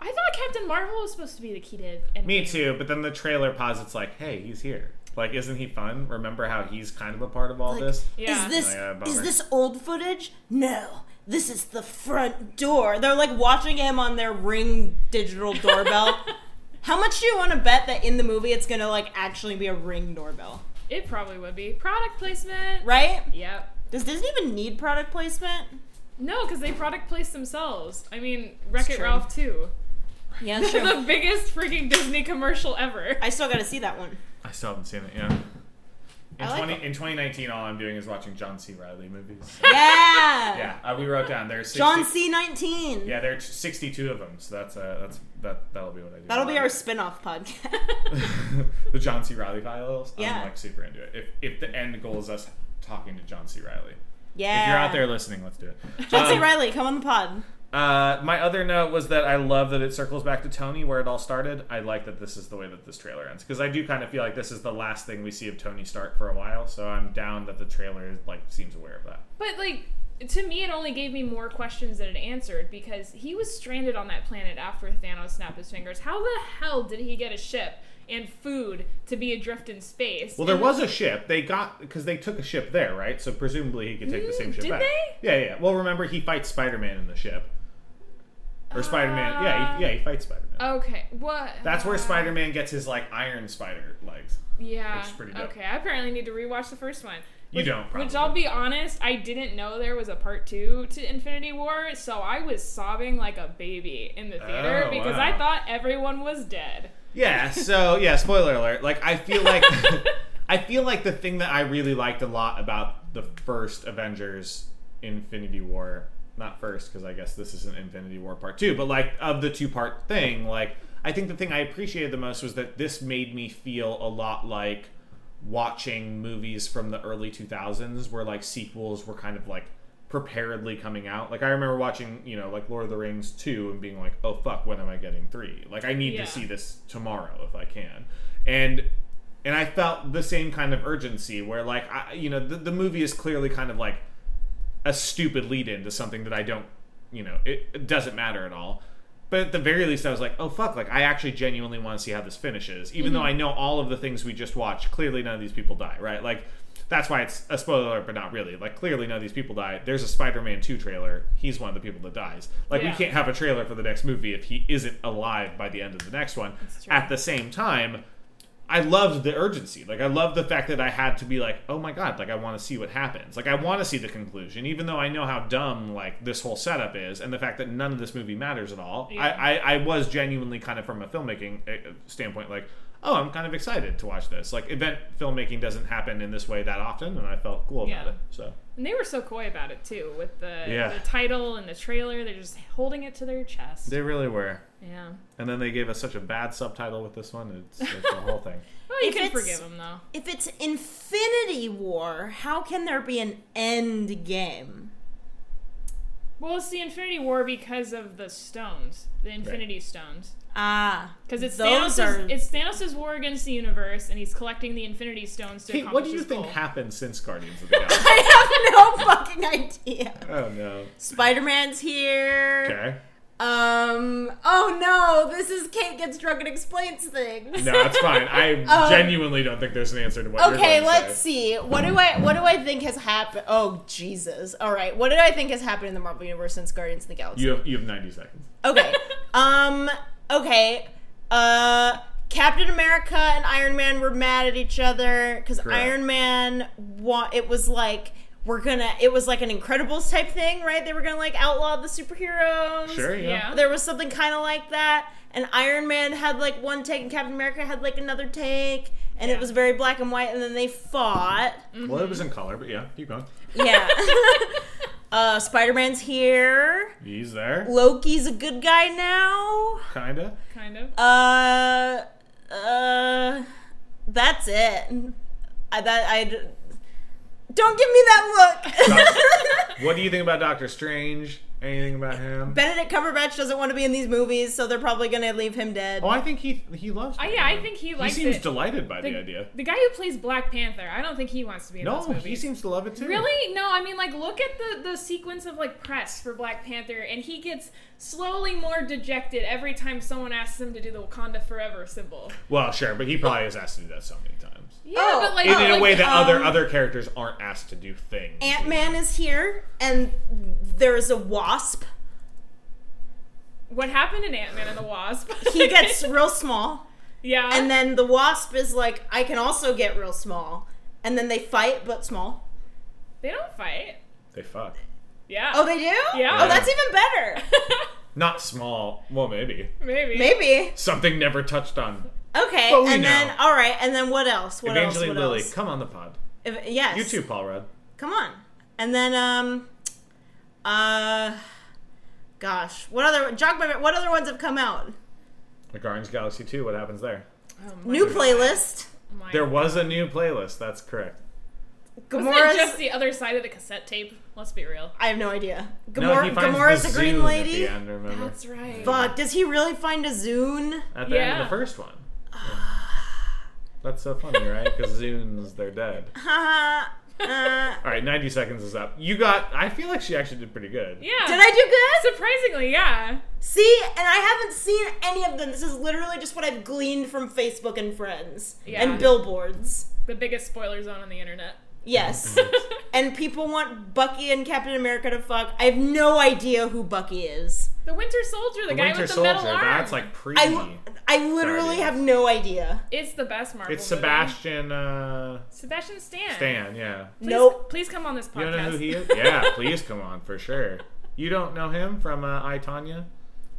I thought Captain Marvel was supposed to be the key to Endgame. Me too, but then the trailer posits like, "Hey, he's here. Like, isn't he fun? Remember how he's kind of a part of all this?" Yeah. Is this (laughs) Oh, Yeah, bummer. is this old footage? No. This is the front door. They're like watching him on their ring digital (laughs) doorbell. How much do you want to bet that in the movie it's gonna like actually be a ring doorbell? It probably would be product placement. Right? Yep. Does Disney even need product placement? No, because they product place themselves. I mean, Wreck It true. Ralph too. Yeah, (laughs) The biggest freaking Disney commercial ever. (laughs) I still gotta see that one. I still haven't seen it. Yeah. In, I like 20, it. in 2019, all I'm doing is watching John C. Riley movies. Yeah. yeah, uh, we wrote down there's 60, John C nineteen. Yeah, there's 62 of them, so that's uh, that's that that'll be what I do. That'll be our spin-off podcast. (laughs) (laughs) (laughs) the John C. Riley files. Yeah. I'm like super into it. If if the end goal is us talking to John C. Riley, yeah. if you're out there listening, let's do it. John C. Um, Riley, come on the pod. Uh, my other note was that I love that it circles back to Tony where it all started. I like that this is the way that this trailer ends because I do kind of feel like this is the last thing we see of Tony Stark for a while. So I'm down that the trailer like seems aware of that. But like to me, it only gave me more questions than it answered because he was stranded on that planet after Thanos snapped his fingers. How the hell did he get a ship and food to be adrift in space? Well, there was a ship they got because they took a ship there, right? So presumably he could take the same ship Mm, did back. they? Yeah, yeah. Well, remember he fights Spider Man in the ship, or Spider Man. Yeah, he, yeah, he fights Spider Man. Okay. What? That's where Spider Man gets his like iron spider legs. Yeah. Which is pretty dope. Okay, I apparently need to rewatch the first one. You don't. Probably. Which I'll be honest, I didn't know there was a part two to Infinity War, so I was sobbing like a baby in the theater Oh, because wow. I thought everyone was dead. Yeah, so yeah, spoiler alert. Like I feel like I feel like the thing that I really liked a lot about the first Avengers Infinity War, not first because I guess this is an Infinity War part 2, but like of the two part thing, like I think the thing I appreciated the most was that this made me feel a lot like watching movies from the early 2000s where like sequels were kind of like preparedly coming out. Like I remember watching, you know, like Lord of the Rings 2 and being like, "Oh fuck, when am I getting 3?" Like I need Yeah. to see this tomorrow if I can. And and I felt the same kind of urgency where like I you know, the, the movie is clearly kind of like a stupid lead in to something that I don't, you know, it, it doesn't matter at all. But at the very least, I was like, oh fuck, like I actually genuinely want to see how this finishes, even Mm-hmm. though I know all of the things we just watched. Clearly, none of these people die, right? Like, that's why it's a spoiler, alert, but not really. Like, clearly, none of these people die. There's a Spider Man 2 trailer. He's one of the people that dies. Like, Yeah. we can't have a trailer for the next movie if he isn't alive by the end of the next one. That's true. At the same time, I loved the urgency. Like I loved the fact that I had to be like, oh my god, like I want to see what happens. Like I want to see the conclusion, even though I know how dumb like this whole setup is, and the fact that none of this movie matters at all. Yeah. I, I I was genuinely kind of from a filmmaking eh, uh, standpoint like. oh, I'm kind of excited to watch this. Like event filmmaking doesn't happen in this way that often, and I felt cool Yeah. about it. So And they were so coy about it too, with the, Yeah. the title and the trailer. They're just holding it to their chest. they really were. yeah. And then they gave us such a bad subtitle with this one. It's, it's the whole thing. Well, you If can it's- forgive them though. If it's Infinity War, how can there be an end game? Well, it's the Infinity War because of the stones, the Infinity Stones. Ah, (laughs) Because it's Those Thanos' are- it's Thanos' war against the universe, and he's collecting (laughs) the Infinity Stones to Kate, accomplish what do you his think goal. happened since Guardians (laughs) of the Galaxy? I have no fucking idea. oh no. Spider Man's here. Okay. Um. Oh no, this is Kate gets drunk and explains things. No, that's fine. I (laughs) genuinely don't think there's an answer to what. Um, Okay, you're going to let's Say. see. What do I what do I think has happened? Oh Jesus! All right, what did I think has happened in the Marvel universe since Guardians of the Galaxy? You have, you have 90 seconds. Okay. um. Okay. Uh. Captain America and Iron Man were mad at each other because Correct. Iron Man wa- It was like we're gonna. It was like an Incredibles type thing, right? They were gonna like outlaw the superheroes. Sure. Yeah. Yeah. There was something kind of like that, and Iron Man had like one take, and Captain America had like another take, and it Yeah. was very black and white, and then they fought. Well, it was in color, but yeah, keep going. Yeah. (laughs) uh, Spider Man's here. He's there, Loki's a good guy now. kinda. kind of. Uh, uh, that's it. I that I don't give me that look. (laughs) What do you think about Doctor Strange? Anything about him? Benedict Cumberbatch doesn't want to be in these movies, so they're probably gonna leave him dead. Oh, I think he he loves. I- it. yeah, I think he he likes seems it. delighted by the, idea. The guy who plays Black Panther, I don't think he wants to be in this No, movie. he seems to love it too. Really? No, I mean, like, look at the, the sequence of, like, press for Black Panther, and he gets slowly more dejected every time someone asks him to do the Wakanda Forever symbol. Well, sure, but he probably has asked to do that so many times. Yeah, Oh, but, like, In, in a like, way that other um, other characters aren't asked to do things. Ant Man is here, and there's a wasp. What happened in Ant Man and the Wasp? (laughs) He gets real small, (laughs) yeah. and then the wasp is like, I can also get real small. And then they fight, but small. they don't fight. They fuck. Yeah. Oh, they do? Yeah. Oh, that's even better. (laughs) Not small. Well, maybe (laughs) Maybe. Maybe. something never touched on. Okay, But we and know. then all right, and then what else? What Evangeline else? What Lilly, else? come on the pod. If- yes, You too, Paul Rudd. Come on, and then um, uh, gosh, what other jog my what other ones have come out? The Guardians of the Galaxy 2, what happens there? Oh my New playlist. my- There was a new playlist, that's correct. Wasn't that Gamora's. just the other side of the cassette tape? Let's be real. I have no idea. No, Gamora, he finds Gamora's the, the, Zune green At lady. the end, remember? That's right. Fuck, does he really find a Zune? At the end of Yeah. the first one. Yeah. That's so funny, right? Because Zunes, they're (laughs) dead. Haha. uh, All right, 90 seconds is up. You got, I feel like she actually did pretty good. yeah. did I do good? Surprisingly, yeah. See, and I haven't seen any of them. This is literally just what I've gleaned from Facebook and friends Yeah. and billboards. The biggest spoiler zone on the internet. Yes. (laughs) and people want Bucky and Captain America to fuck. I have no idea who Bucky is. (laughs) The Winter Soldier, the, The guy Winter with the Soldier, metal arm. that's like pre. I, I literally Guardians. have no idea. It's the best Marvel. it's movie. Sebastian uh, Sebastian Stan. Stan, yeah. Please, Nope. Please come on this podcast. You don't know who he (laughs) is? Yeah, please come on, for sure. You don't know him from uh, I, Tanya?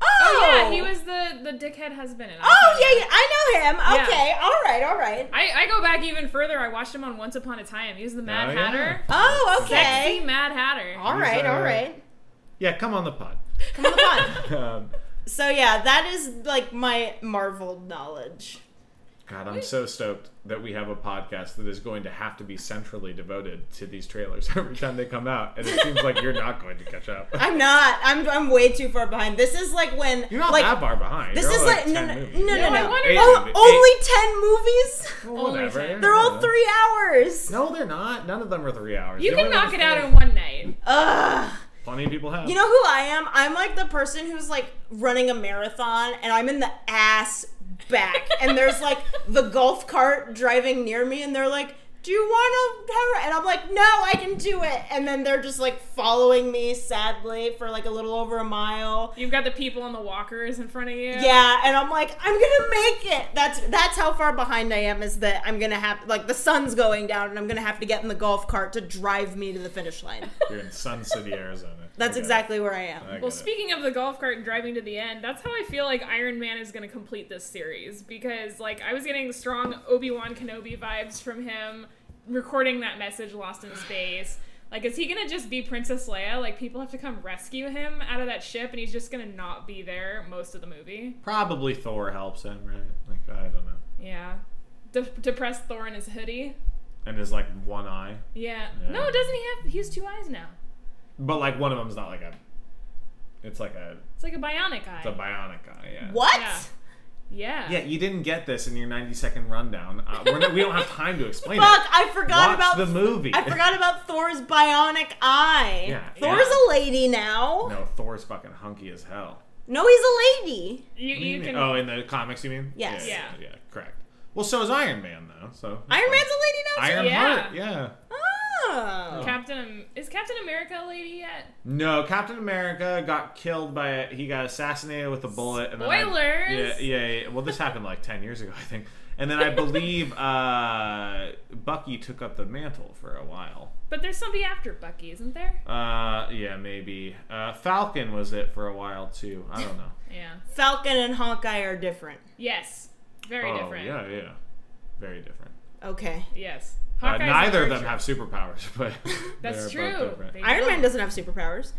Oh, Yeah, he was the the dickhead husband. In Oh yeah, yeah, I know him. Yeah. Okay, all right, all right. I, I go back even further. I watched him on Once Upon a Time. He was the Mad Oh, yeah. Hatter. Oh, Sexy okay. Mad Hatter. All right, He's, uh, all right. Yeah, come on the pod. Come on the pod. Um, so yeah, that is like my Marvel knowledge. God, I'm so stoked that we have a podcast that is going to have to be centrally devoted to these trailers (laughs) every time they come out, and it seems like you're not going to catch (laughs) up. I'm not. I'm. I'm way too far behind. This is like when You're not like that far behind. this You're is only like, no, 10 no, movies. no, no, I no. wonder- Oh, Eight. only ten movies. Well, Only whatever. 10. They're all three hours. No, they're not. None of them are three hours. You The can only knock ones it that out in one night. Ugh. Plenty of people have. You know who I am? I'm like the person who's like running a marathon and I'm in the ass back. and there's like the golf cart driving near me and they're like, do you want to have her? And I'm like, no, I can do it. And then they're just like following me sadly for like a little over a mile. You've got the people on the walkers in front of you. Yeah, and I'm like, I'm gonna make it. That's that's how far behind I am. Is that I'm gonna have like the sun's going down, and I'm gonna have to get in the golf cart to drive me to the finish line. You're in Sun City, Arizona. (laughs) That's I get it. exactly where I am. I get Well, it. speaking of the golf cart and driving to the end, that's how I feel like Iron Man is going to complete this series because, like, I was getting strong Obi Wan Kenobi vibes from him recording that message lost in space. Like, is he going to just be Princess Leia? Like, people have to come rescue him out of that ship, and he's just going to not be there most of the movie. Probably Thor helps him, right? Like I don't know. Yeah. De- depressed Thor in his hoodie. And his like one eye, Yeah. Yeah. No, doesn't he have? He has two eyes now. but like one of them's not like a. It's like a It's like a bionic eye. it's a bionic eye. Yeah. What? (laughs) Yeah. yeah. Yeah, you didn't get this in your 90 second rundown. Uh, we're not, we don't have time to explain Fuck! it. I forgot Watch about the movie. I forgot about Thor's bionic eye. Yeah, Thor's yeah. a lady now. No, Thor's fucking hunky as hell. No, he's a lady. You, What do you mean? can. Oh, in the comics, you mean? Yes. Yeah, yeah, yeah, correct. Well, so is Iron Man though. So Iron Man's a lady now. Iron too? Yeah. Heart. Yeah. Oh. Captain Am- is Captain America a lady yet? No, Captain America got killed by a, he got assassinated with a bullet. And then I- Spoilers! yeah, yeah, yeah. Well, this happened like ten years ago, I think. And then I believe uh, Bucky took up the mantle for a while. But there's somebody after Bucky, isn't there? Uh, yeah, maybe uh, Falcon was it for a while too. I (laughs) don't know. Yeah. Falcon and Hawkeye are different. Yes. Very oh, different. Yeah, yeah, very different. Okay. Yes. Uh, Hawkeye's neither of a them have superpowers, (laughs) but That's they're both true. different. They Iron Man don't. doesn't have superpowers.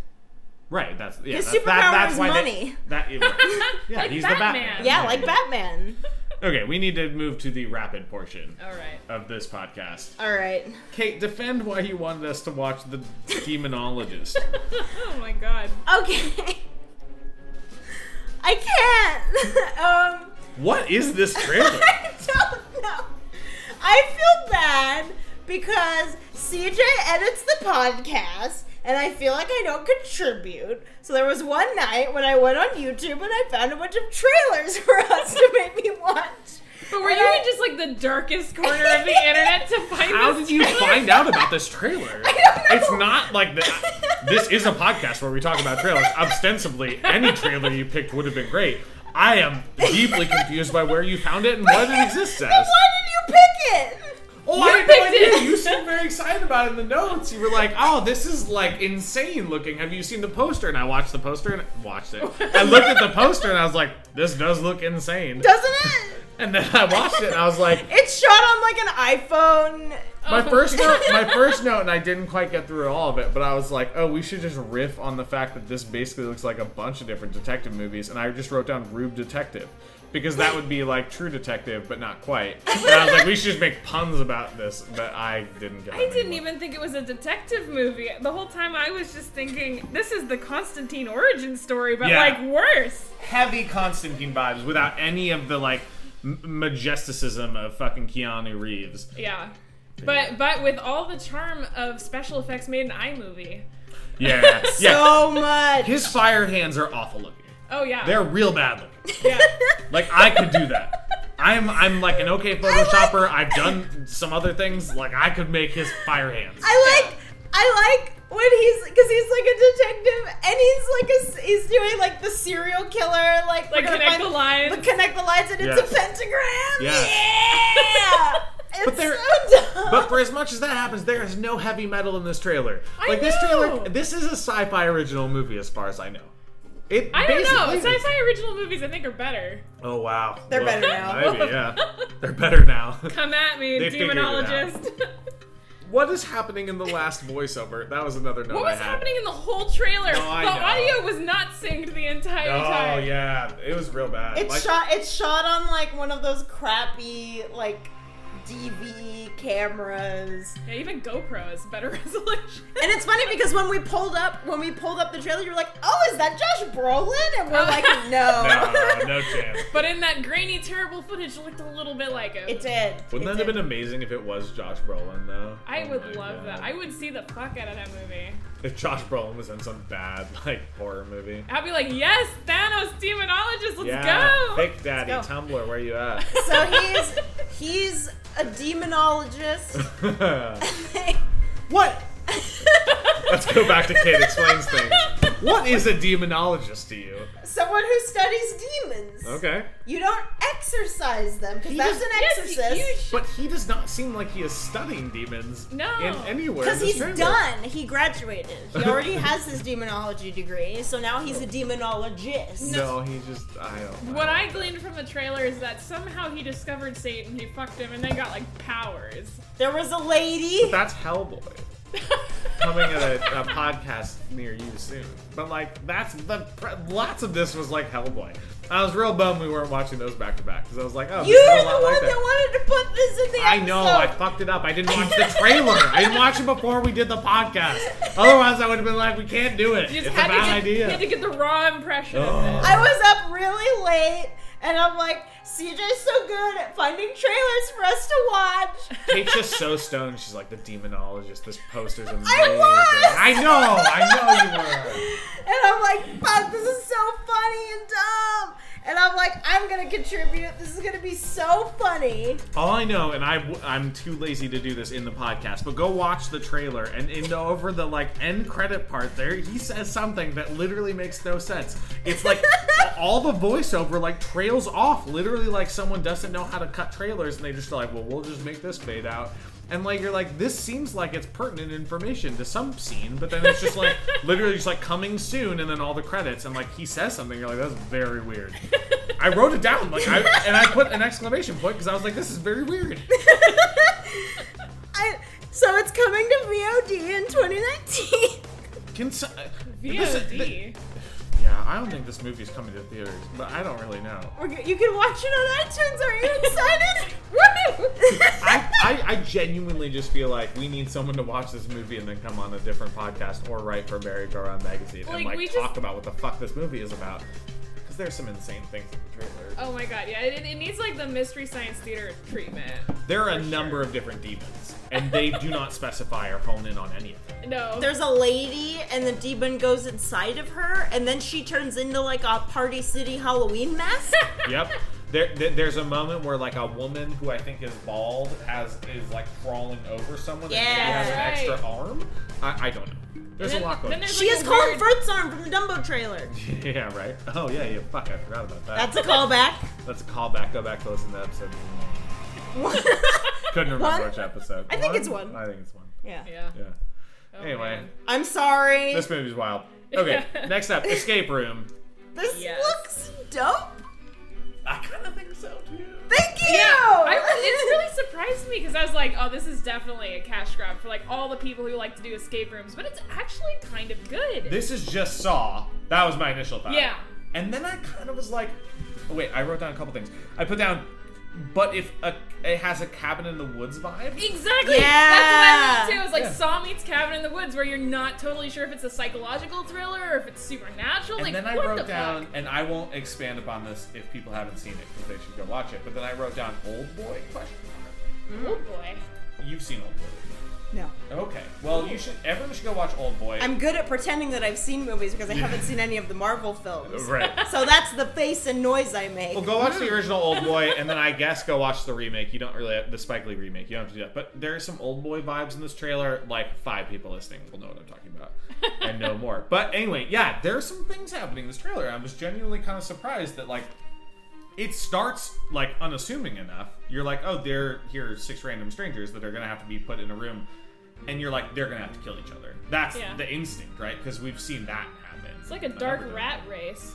Right. That's yeah. His that- that- superpower that's is why they- money. (laughs) that, (laughs) yeah, right. yeah, Like he's the Batman. Batman. Yeah, like Batman. Oh. Okay, we need to move to the rapid portion All right. of this podcast. All right. Kate, defend why you wanted us to watch The (laughs) Demonologist. Oh (laughs) my god. Okay. I can't. (laughs) um, what is this trailer? (laughs) I don't know. I feel bad because CJ edits the podcast, and I feel like I don't contribute. So there was one night when I went on YouTube and I found a bunch of trailers (laughs) for us to make me watch. But were And you I- in (laughs) just like the (laughs) darkest corner of the internet to find How this did (laughs) you trailer? find out about this trailer? don't know. It's not like the, this is a podcast where we talk about trailers. Ostensibly, any trailer you picked would have been great. I am deeply confused by where you found it and what (laughs) it exists Then as. why did you pick it? Oh, I had picked no idea. it. You seemed very excited about it in the notes. You were like, "Oh, this is like insane looking. Have you seen the poster?" And I watched the poster and watched it. I looked at the poster and I was like, "This does look insane." Doesn't it? And then I watched it and I was like, It's shot on like an (laughs) iPhone. "My Oh, first note, my first note," and I didn't quite get through all of it. But I was like, "Oh, we should just riff on the fact that this basically looks like a bunch of different detective movies." And I just wrote down "Rube Detective." Because that would be like True Detective, but not quite. And I was like, we should just make puns about this, but I didn't get. I didn't anymore. even think it was a detective movie. The whole time I was just thinking, this is the Constantine origin story, but Yeah. like worse. heavy Constantine vibes without any of the like m- majesticism of fucking Keanu Reeves. Yeah. But but with all the charm of special effects made in iMovie. Yeah, yeah. (laughs) So much. His fire hands are awful looking. Oh yeah. They're real bad looking. yeah. Like I could do that. I'm I'm like an okay photoshopper. I've done some other things. Like I could make his fire hands. I like I like when he's because he's like a detective and he's like a s- he's doing like the serial killer like we're Like, gonna connect the lines. the connect the lines and it's a Yes. pentagram Yes. (laughs) yeah it's But there- so dumb But for as much as that happens, there is no heavy metal in this trailer. I Like this know. trailer, this is a sci-fi original movie, as far as I know. It I don't know. basically is. Sci-fi original movies I think are better. Oh wow, They're better now. Maybe yeah, (laughs) they're better now. (laughs) Come at me, They figured it out. demonologist. What is happening in the last voiceover? That was another note (laughs) what I was had. happening in the whole trailer? the I know. audio was not synced the entire Oh time. yeah, it was real bad. it's Like- shot it's shot on like one of those crappy like DV cameras Yeah, even GoPro is better (laughs) resolution. And it's funny because when we pulled up, when we pulled up the trailer, you were like, "Oh, is that Josh Brolin?" Oh. And we're like, "No." (laughs) No, no chance. but in that grainy, terrible footage, it looked a little bit like it. It did. Wouldn't It that did. have been amazing if it was Josh Brolin though? I Oh my would love God. that. I would see the fuck out of that movie. If Josh Brolin was in some bad like horror movie. I'd be like, yes, Thanos, demonologist, let's yeah, go. (laughs) Big Daddy Let's go. Tumblr, where you at? So he's He's a demonologist. What? (laughs) Let's go back to Kate explains things. What is a demonologist to you? Someone who studies demons. Okay. You don't exercise them because that's an Yes, exorcist. You, you should. But he does not seem like he is studying demons. No. In anywhere. in Because this he's trailer. done. He graduated. He already has his demonology degree, so now he's a demonologist. No, he just. I don't. What I gleaned from the trailer is that somehow he discovered Satan, he fucked him, and then got like powers. There was a lady. That's Hellboy. (laughs) Coming at a, a podcast near you soon. But, like, that's the. Pre- lots of this was like Hellboy. I was real bummed we weren't watching those back to back because I was like, oh, this You're is the a lot one like that wanted to put this in the I know, I episode. fucked it up. I didn't watch (laughs) the trailer. I didn't watch it before we did the podcast. Otherwise, I would have been like, we can't do it. You It's just a had bad to, get, idea. had to get the raw impression of I was up really late, and I'm like, CJ's so good at finding trailers for us to watch. Kate's just so stoned. She's like, the demonologist. This (laughs) poster's amazing. was! I know. I know you were. And I'm like, fuck, this is so funny and dumb. And I'm like, I'm gonna contribute. This is gonna be so funny. All I know, and I, am too lazy to do this in the podcast, but go watch the trailer. And in the over the like end credit part, there he says something that literally makes no sense. It's like all the voiceover like trails off, literally like someone doesn't know how to cut trailers, and they just are like, well, we'll just make this fade out. And like you're like, this seems like it's pertinent information to some scene, but then it's just like literally just like coming soon, and then all the credits, and like he says something, you're like, that's very weird. I wrote it down, like, I, and I put an exclamation point because I was like, "This is very weird." I, so it's coming to VOD in 2019. Can so- uh, this is- VOD. yeah, I don't think this movie's coming to theaters, but I don't really (laughs) know. (laughs) We're go- you can watch it on iTunes. Are you excited? (laughs) Woo! (laughs) I, I, I genuinely just feel like we need someone to watch this movie and then come on a different podcast or write for Mary Go Round magazine and Like, like we talk just- about what the fuck this movie is about. Because there's some insane things in the trailer. Oh my god, yeah, it, it needs like the Mystery Science Theater treatment. there are a number of different demons, and they do not (laughs) specify or hone in on any of them. No. There's a lady, and the demon goes inside of her, and then she turns into like a Party City Halloween (laughs) mask. Yep. There, there, there's a moment where like a woman who I think is bald has is like crawling over someone. and maybe Yeah. has an Right. extra arm. I, I don't know. There's Then- a lot going. then there's she like is a Colin weird- Firth's arm from the Dumbo trailer. (laughs) yeah, right. Oh yeah, yeah. Fuck, I forgot about that. (laughs) That's a callback. That's a callback. Go back to listen to episode. Couldn't remember One? which episode. I think it's one. I think it's one. yeah. Yeah. Oh Yeah. anyway, man. I'm sorry. this This, movie's wild. (laughs) Okay, next up, escape room. Yes. looks dope. I kind of think so too. Thank you. I, (laughs) it really surprised me because I was like, oh, this is definitely a cash grab for like all the people who like to do escape rooms, but it's actually kind of good. This is just Saw. That was my initial thought. Yeah. And then I kind of was like, oh, wait, I wrote down a couple things. I put down, but if a, it has a cabin in the woods vibe. Exactly. That's what I meant too. It was like Saw meets Cabin in the Woods, where you're not totally sure if it's a psychological thriller or if it's supernatural. like, and then I what the wrote down, fuck? and I won't expand upon this if people haven't seen it because they should go watch it. But then I wrote down Old Boy question mark. Oh boy. You've seen Old Boy. No. Okay. Well, you should. Everyone should go watch Old Boy. I'm good at pretending that I've seen movies because I haven't seen any of the Marvel films. right. So that's the face and noise I make. Well, go watch the original Old Boy, and then I guess go watch the remake. You don't really have, the Spike Lee remake. You don't have to do that. But there are some Old Boy vibes in this trailer. Like five people listening will know what I'm talking (laughs) about, and no more. But anyway, yeah, there are some things happening in this trailer. I was genuinely kind of surprised that like it starts like unassuming enough. You're like, oh, there here are six random strangers that are gonna have to be put in a room, and you're like, they're gonna have to kill each other. That's Yeah. the instinct, right? Because we've seen that happen. It's like a dark number of rat race. times.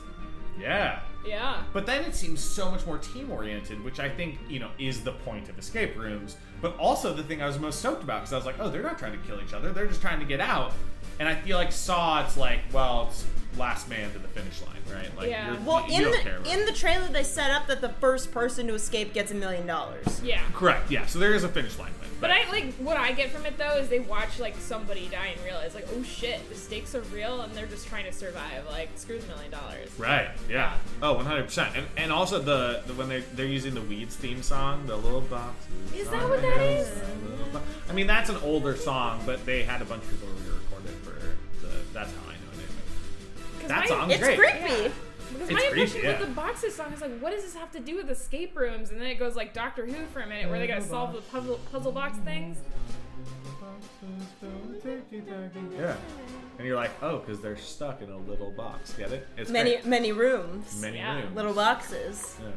Yeah. Yeah. But then it seems so much more team oriented, which I think, you know, is the point of escape rooms. But also the thing I was most stoked about because I was like, oh, they're not trying to kill each other, they're just trying to get out. And I feel like Saw, it's like, well, it's last man to the finish line, right? Like, Yeah. you're, Well, you, in you the don't care. About in the trailer they set up that the first person to escape gets a million dollars. Yeah. Correct, yeah. So there is a finish line win. But I like what I get from it though is they watch like somebody die and realize like oh shit the stakes are real and they're just trying to survive like screw the million dollars. Right. Yeah. Oh, 100%. And, and also the, the when they're they're using the Weeds theme song, the little boxes. Is that on what the that hills, is? the little bo- I mean, that's an older song, but they had a bunch of people who re-recorded for the. That's how I know it. 'Cause That my- song's It's great. creepy. Because Because It's my impression creepy, yeah. with the boxes song is like, what does this have to do with escape rooms? And then it goes like Doctor Who for a minute, where they Mm-hmm. gotta solve the puzzle puzzle box things. Yeah. And you're like, oh, because they're stuck in a little box. Get it? It's Many great. many rooms, many yeah. rooms. little boxes. Yeah.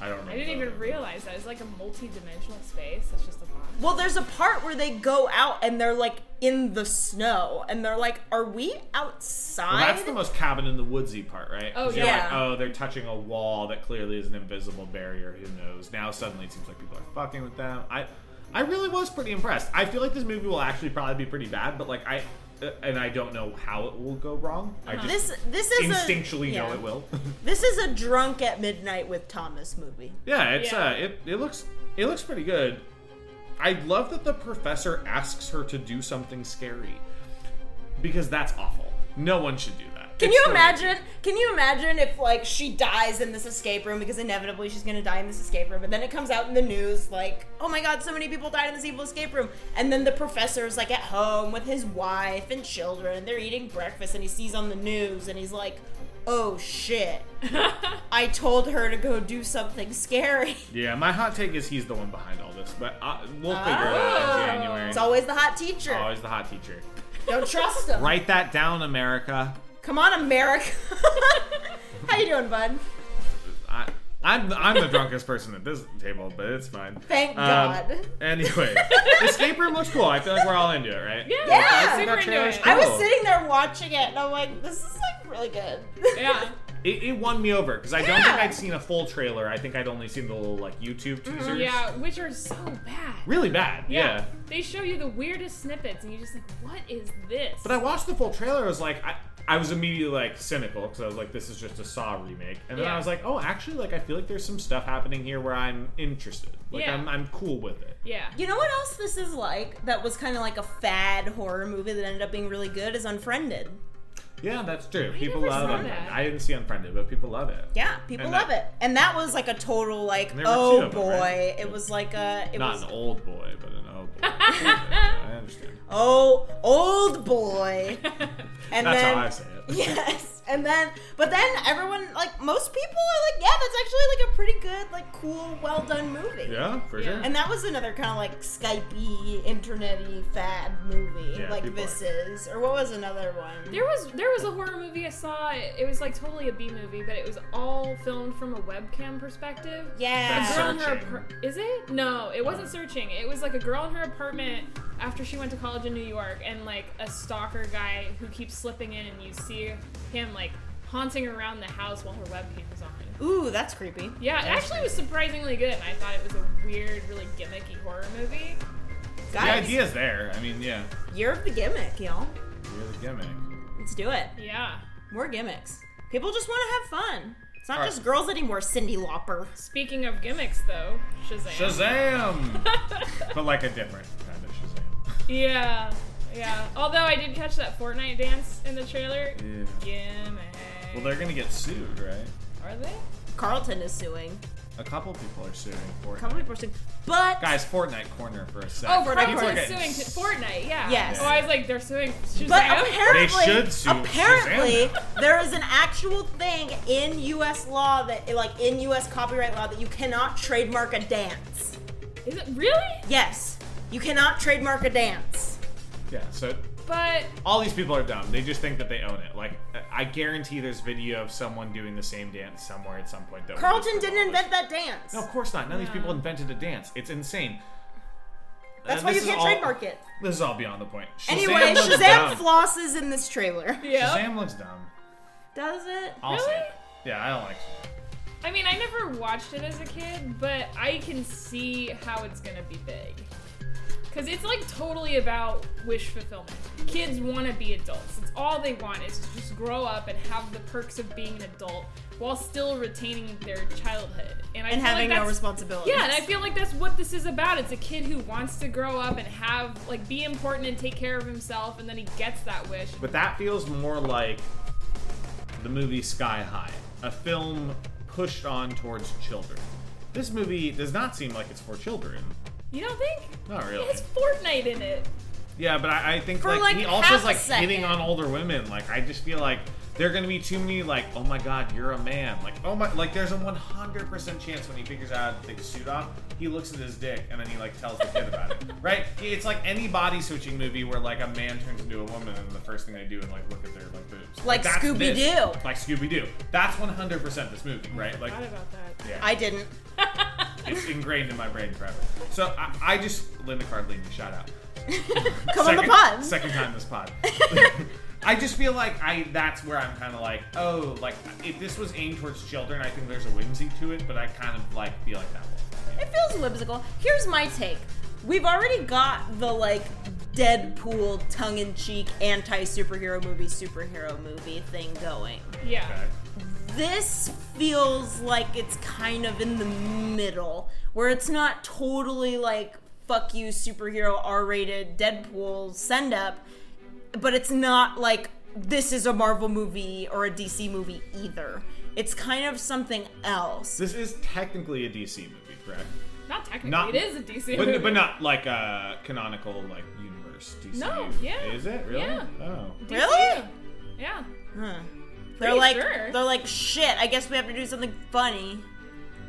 I don't remember. I didn't that. even realize that it's like a multi-dimensional space. It's just a box. Well, there's a part where they go out and they're like in the snow, and they're like, "Are we Well, outside?" that's the most cabin in the woodsy part, right? 'Cause Oh, you're yeah. Like, oh, they're touching a wall that clearly is an invisible barrier. Who knows? Now suddenly it seems like people are fucking with them. I, I really was pretty impressed. I feel like this movie will actually probably be pretty bad, but like I, uh, and I don't know how it will go wrong. I just this Uh-huh. this is instinctually a, know yeah. it will. (laughs) This is a drunk at midnight with Thomas movie. yeah, it's Yeah. uh, it it looks it looks pretty good. I love that the professor asks her to do something scary because that's awful. No one should do that. Can It's you so- imagine? Can you imagine if like she dies in this escape room because inevitably she's gonna die in this escape room, and then it comes out in the news like, oh my god, so many people died in this evil escape room, and then the professor's like at home with his wife and children, and they're eating breakfast, and he sees on the news, and he's like, (laughs) oh shit, I told her to go do something scary. Yeah, my hot take is he's the one behind all this, but I, we'll figure it out in January. Oh. It's always the hot teacher. Always the hot teacher. Don't trust him. Write that down, America. Come on, America. (laughs) How you doing, bud? I, I'm I'm the drunkest person at this table, but it's fine. Thank Um, God. (laughs) Anyway, escape room looks cool. I feel like we're all into it, right? yeah, Yeah. I'm I super thought into Taylor it. I was Oh. sitting there watching it, and I'm like, this is like really good. (laughs) Yeah. It, it won me over because I don't Yeah. think I'd seen a full trailer. I think I'd only seen the little like YouTube teasers. Yeah, which are so bad. Really bad. yeah. They show you the weirdest snippets, and you're just like, what is this? But I watched the full trailer. I was like, I, I was immediately like cynical because I was like, this is just a Saw remake. And then Yeah. I was like, oh, actually, like I feel like there's some stuff happening here where I'm interested. Like Yeah. I'm, I'm cool with it. yeah. You know what else this is like that was kind of like a fad horror movie that ended up being really good is Unfriended. Yeah, that's true. people never love saw it. that. I didn't see Unfriended, but people love it. Yeah, people And that- love it. And that was like a total like, There were two oh of them, boy. right? It was like a it Not was an old boy, but an (laughs) old boy. Yeah, I understand. oh (laughs) old boy. And That's then how I say it. yes. And then but then everyone like most people are like, yeah, that's actually like a pretty good like cool, well done movie. Yeah, for Yeah. sure. And that was another kind of like Skypey, internety fad movie, Yeah, like people this like is, or what was another one? There was there was a horror movie I saw. It was like totally a B movie, but it was all filmed from a webcam perspective. That's Yeah, A girl in her Searching. apar- is it? No, it wasn't searching. It was like a girl in her apartment after she went to college in New York, and like a stalker guy who keeps slipping in, and you see him like haunting around the house while her webcam is on. ooh, that's creepy. Yeah, it actually was surprisingly good. and I thought it was a weird, really gimmicky horror movie. the Guys, idea's there. I mean, yeah. year of the gimmick, y'all. You're the gimmick. Let's do it. Yeah. More gimmicks. People just want to have fun. It's not All right. just girls anymore. Cindy Lauper. Speaking of gimmicks, though, Shazam. (laughs) Shazam! but like a different kind of Shazam. Yeah, yeah. Although I did catch that Fortnite dance in the trailer. Yeah. Gimmick. Well, they're gonna get sued, right? Are they? Carlton is suing. A couple people are suing A Fortnite. couple people are suing, but Guys, Fortnite corner for a sec. Oh, Fortnite Fortnite Fortnite. is suing to Fortnite. Yeah. Yes. Oh, I was like, oh, they're suing Shazam. But apparently, They should sue apparently, Shazam. there is an actual thing in U.S. law that, like in U.S. copyright law, that you cannot trademark a dance. is it really? Yes, you cannot trademark a dance. Yeah, so But all these people are dumb. They just think that they own it. Like, I- I guarantee there's video of someone doing the same dance somewhere at some point. That Carlton didn't invent that dance. No, of course not. None of these people invented a dance. It's insane. That's Uh, why you this is can't all- trademark it. This is all beyond the point. Shazam anyway, looks Shazam dumb. flosses in this trailer. yeah. Shazam looks dumb. (laughs) Does it? I'll say Really? it. Yeah, I don't like. Shazam. I mean, I never watched it as a kid, but I can see how it's gonna be big. Cause it's like totally about wish fulfillment. Kids want to be adults. It's all they want is to just grow up and have the perks of being an adult while still retaining their childhood. And, I And feel like having no that's- responsibilities. Yeah, and I feel like that's what this is about. It's a kid who wants to grow up and have like be important and take care of himself, and then he gets that wish. But that feels more like the movie Sky High, a film pushed on towards children. This movie does not seem like it's for children. You don't think? Not really. It has Fortnite in it. Yeah, but I, I think For, like, like, he half also is a like second. hitting on older women. Like I just feel like there are gonna be too many like, oh my god, you're a man. Like oh my, like there's a 100 percent chance when he figures out how to take his suit off, he looks at his dick and then he like tells the kid about (laughs) it, right? It's like any body switching movie where like a man turns into a woman and the first thing they do is like look at their like boobs. Like that's this. Scooby-Doo. Like Scooby Doo. That's 100 percent this movie, right? Like I didn't. it's ingrained in my brain forever. So I, I just Linda Cardellini, shout (laughs) out. Come on second, the pod. Second time this pod. I just feel like I that's where I'm kind of like, oh, like if this was aimed towards children, I think there's a whimsy to it, but I kind of like feel like that one. It feels whimsical. Here's my take. We've already got the like Deadpool tongue in cheek anti superhero movie superhero movie thing going. Yeah. Okay. This feels like it's kind of in the middle where it's not totally like fuck you superhero R rated Deadpool send up, but it's not like this is a Marvel movie or a DC movie either. It's kind of something else. This is technically a DC movie, correct? Not technically. Not- it is a DC movie. But, but (laughs) not like a canonical like universe DC. No, yeah. Is it really? Yeah. Oh. DC. Really? Yeah. They're Pretty like sure. they're like shit. I guess we have to do something funny.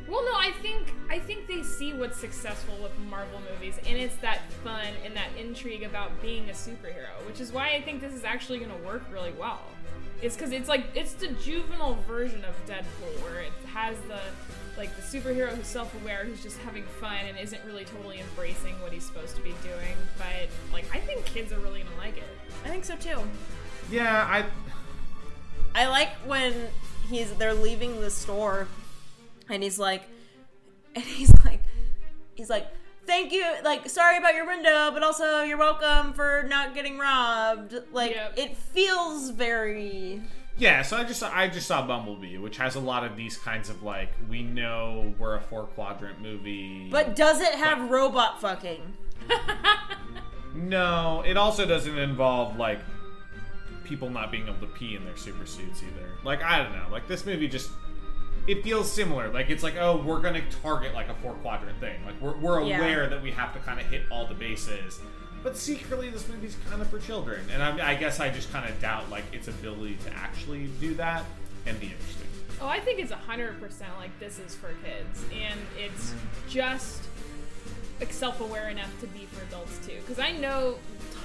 Well, no, I think I think they see what's successful with Marvel movies, and it's that fun and that intrigue about being a superhero, which is why I think this is actually going to work really well. It's because it's like it's the juvenile version of Deadpool, where it has the like the superhero who's self-aware, who's just having fun and isn't really totally embracing what he's supposed to be doing. But like, I think kids are really gonna like it. I think so too. Yeah, I I like when he's they're leaving the store, and he's like, and he's (laughs) like, he's like, thank you, like sorry about your window, but also you're welcome for not getting robbed. Like Yep. it feels very Yeah, so I just I just saw Bumblebee, which has a lot of these kinds of like we know we're a four quadrant movie, but does it have robot fucking? no, it also doesn't involve like people not being able to pee in their super suits either. Like I don't know, like this movie just it feels similar. Like it's like oh we're gonna target like a four quadrant thing. Like we're we're Yeah. aware that we have to kind of hit all the bases. But secretly, this movie's kind of for children, and I, I guess I just kind of doubt like its ability to actually do that and be interesting. Oh, I think it's hundred percent like this is for kids, and it's just like, self-aware enough to be for adults too. Because I know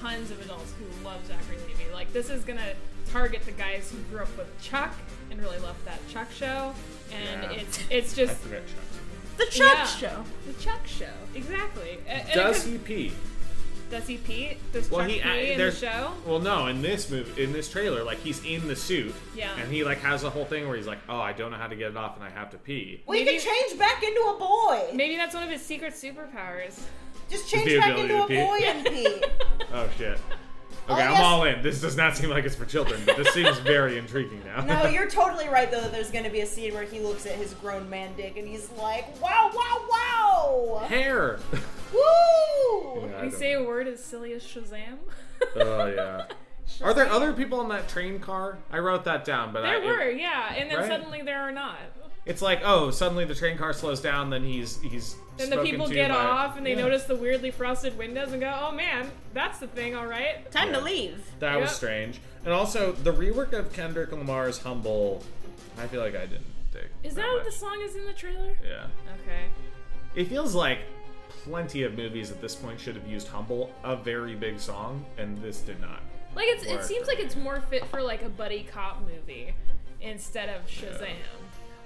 tons of adults who love Zachary Levi. Like this is gonna target the guys who grew up with Chuck and really loved that Chuck show, and Yeah. it's it's I just forget. Chuck. The (laughs) Chuck yeah, Show. the Chuck show exactly. A- and it Does could- he pee? Does he pee? Does Well, Chuck he pee I- in the there's show? Well, no, in this movie, in this trailer, like he's in the suit, Yeah. and he like has a whole thing where he's like, "Oh, I don't know how to get it off, and I have to pee." Well, Maybe- change back into a boy. Maybe that's one of his secret superpowers. Just The ability to pee. (laughs) and pee. Oh shit! Okay, Oh, I I'm guess- all in. This does not seem like it's for children, but this seems very intriguing now. No, you're totally right though. That there's going to be a scene where he looks at his grown man dick and he's like, "Wow, wow, (laughs) wow, (laughs) hair. woo!" Yeah, I we don't- say a word as silly as Shazam. Oh yeah. Are there other people in that train car? I wrote that down, but (laughs) There I, Uh, it- were, yeah, and then Right. suddenly there are not. it's like, oh, suddenly the train car slows down, then he's he's. Then the spoken people to get by- off and they Yeah. notice the weirdly frosted windows and go, "Oh man, that's the thing, all right." Time to leave. That was Yep. strange. And also, the rework of Kendrick Lamar's "Humble," I feel like I didn't dig. Is that what the much. song is in the trailer? Yeah. Okay. It feels like plenty of movies at this point should have used "Humble," a very big song, and this did not. Like it's, it Work. seems like it's more fit for like a buddy cop movie instead of Shazam.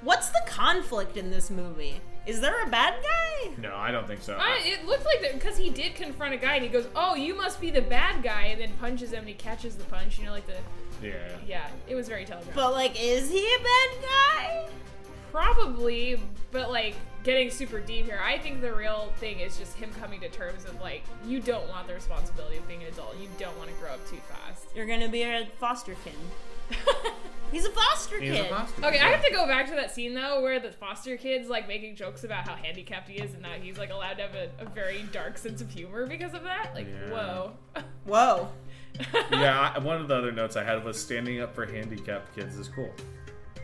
What's the conflict in this movie? Is there a bad guy? No, I don't think so. I, it looked like that because he did confront a guy and he goes, "Oh, you must be the bad guy," and then punches him and he catches the punch. You know, like the yeah. yeah, it was very telegraphed. But like, is he a bad guy? Probably, but like getting super deep here, I think the real thing is just him coming to terms with like you don't want the responsibility of being an adult. You don't want to grow up too fast. (laughs) You're gonna be a foster kid. He's a foster He's kid. a prostitute. Okay, I have to go back to that scene though, where the foster kid's like making jokes about how handicapped he is and that he's like allowed to have a, a very dark sense of humor because of that. Like, Yeah. whoa. (laughs) Whoa. yeah, I, one of the other notes I had was standing up for handicapped kids is cool.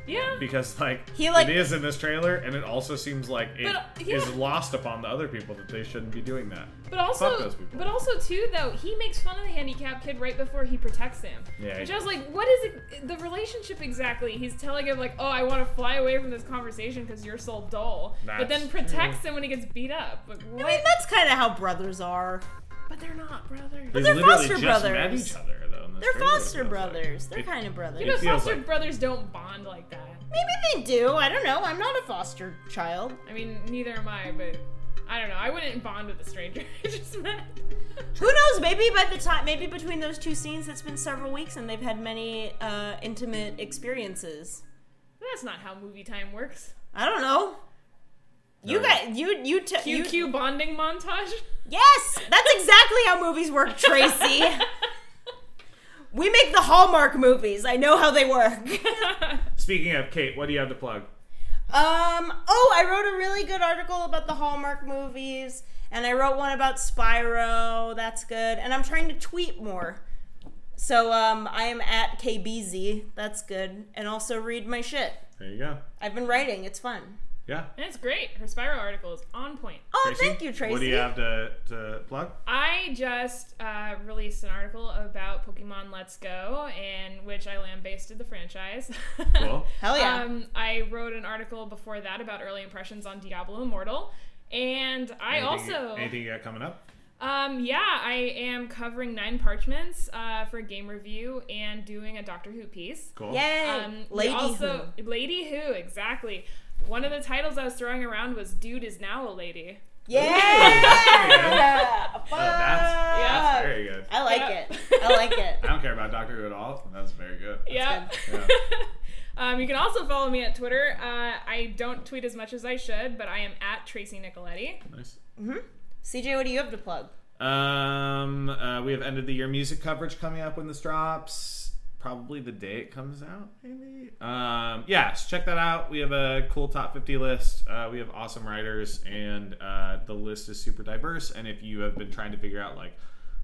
Yeah. Because like, He, like- it is in this trailer, and it also seems like it is But, uh, yeah. lost upon the other people that they shouldn't be doing that. But also, Fuck those people. but also too though, he makes fun of the handicapped kid right before he protects him. Yeah, Which he- I was like, what is it, the relationship exactly? He's telling him like, oh, I want to fly away from this conversation because you're so dull. That's but then protects him when he gets beat up. Like, what? I mean, that's kind of how brothers are. but they're not brothers. They they're literally foster just met brothers. each other though. in this They're trailer, it feels foster like. brothers. They're It- kind of brothers. But feels foster like- brothers don't bond like that. Maybe they do. I don't know. I'm not a foster child. I mean, neither am I, but I don't know. I wouldn't bond with a stranger (laughs) I just met. Who knows? Maybe by the time, maybe between those two scenes, it's been several weeks and they've had many uh, intimate experiences. That's not how movie time works. I don't know. You guys, you you t- you QQ bonding montage. (laughs) Yes, that's exactly how movies work, (laughs) Tracy. we make the Hallmark movies. I know how they work. Speaking of Kate, what do you have to plug? Um, oh, I wrote a really good article about the Hallmark movies, and I wrote one about Spyro. That's good. And I'm trying to tweet more. So um, I am at KBZ. That's good. And also read my shit. There you go. I've been writing. It's fun. Yeah. That's great. Her spiral article is on point. Oh, thank you, Tracy. What do you have to, to plug? I just uh, released an article about Pokemon Let's Go, in which I lambasted the franchise. (laughs) Cool. Hell Oh, yeah. Um, I wrote an article before that about early impressions on Diablo Immortal. And I Anything- also anything you got coming up? Um, yeah, I am covering Nine Parchments uh, for game review and doing a Doctor Who piece. Cool. Yay, Um, we lady. (laughs) also, Lady Who, exactly. One of the titles I was throwing around was "Dude is now a lady." who. Yeah. Oh, that's, that's very good. I like Yeah. it. I like it. (laughs) I don't care about Doctor Who at all. and That's very good. Yeah. Yeah. (laughs) Um, you can also follow me at Twitter. Uh, I don't tweet as much as I should, but I am at Tracy Nicoletti. Nice. CJ, what do you have to plug? Um, uh, we have ended the year music coverage coming up when this drops. Probably the day it comes out, maybe. Um, yeah, so check that out. We have a cool top 50 list. Uh, we have awesome writers, and uh, the list is super diverse. And if you have been trying to figure out like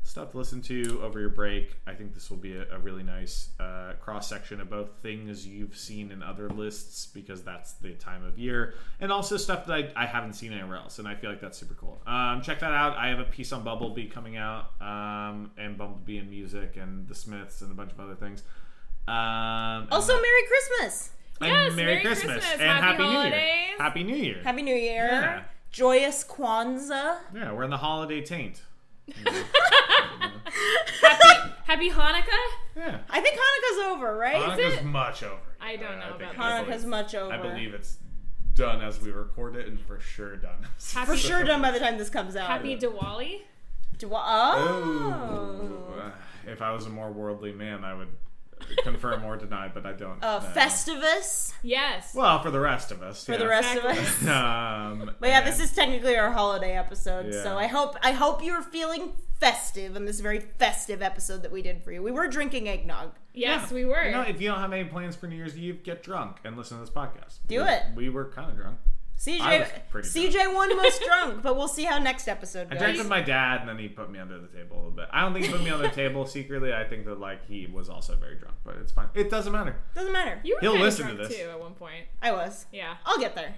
stuff to listen to over your break, I think this will be a, a really nice uh, cross section of both things you've seen in other lists because that's the time of year, and also stuff that I, I haven't seen anywhere else, and I feel like that's super cool. Um, check that out. I have a piece on Bumblebee coming out, um, and Bumblebee and music, and The Smiths, and a bunch of other things. Um, and- Also, Merry Christmas. and Oh, Yes, Merry, Merry Christmas, and Christmas, Happy Happy, New Year. Holidays. Happy New Year. Happy New Year. Yeah. Joyous Kwanzaa. yeah, we're in the holiday taint. Happy Hanukkah! Yeah, I think Hanukkah's over, right? Hanukkah's much over. I don't know think about it's that. like- Hanukkah's much over. I believe it's done as we record it and for sure done. (laughs) Happy, For sure done by the time this comes out. Uh, uh, Happy Diwali. Do- Oh, Ooh. oh. Uh, If I was a more worldly man, I would confirm or deny, but I don't. Uh, know. Festivus Yes. Well, for the rest of us. for (laughs) the rest of us. Um, But (laughs) yeah, this is technically our holiday episode, Yeah. so I hope I hope you're feeling festive in this very festive episode that we did for you. We were drinking eggnog. yes, we were. You know, if you don't have any plans for New Year's Eve, get drunk and listen to this podcast. Do We- it. We were kind of drunk. I was CJ pretty CJ won (laughs) most drunk, but we'll see how next episode I goes. drank with my dad, and then he put me under the table a little bit. I don't think he put me under the (laughs) table secretly. I think that like he was also very drunk, but it's fine. It doesn't matter. Doesn't matter. you were He'll kinda listen to drunk, this. too at one point. I was. Yeah. I'll get there.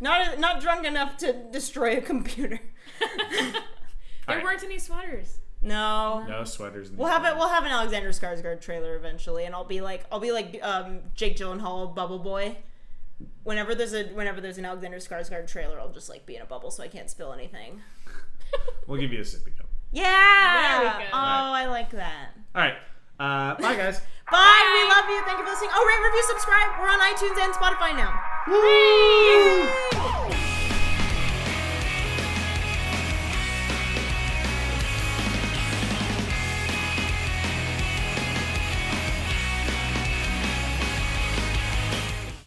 Not not drunk enough to destroy a computer. There Alright. weren't any sweaters. No. No sweaters. In We'll have it. it. We'll have an Alexander Skarsgård trailer eventually, and I'll be like, I'll be like um, Jake Gyllenhaal, Bubble Boy. Whenever there's a whenever there's an Alexander Skarsgård trailer, I'll just like be in a bubble so I can't spill anything. We'll give you a sippy cup. Yeah. There we go. Oh, Uh, I like that. All right. Uh, bye, guys. Bye. We love you. Thank you for listening. Oh, rate, review, subscribe. We're on iTunes and Spotify now. Woo!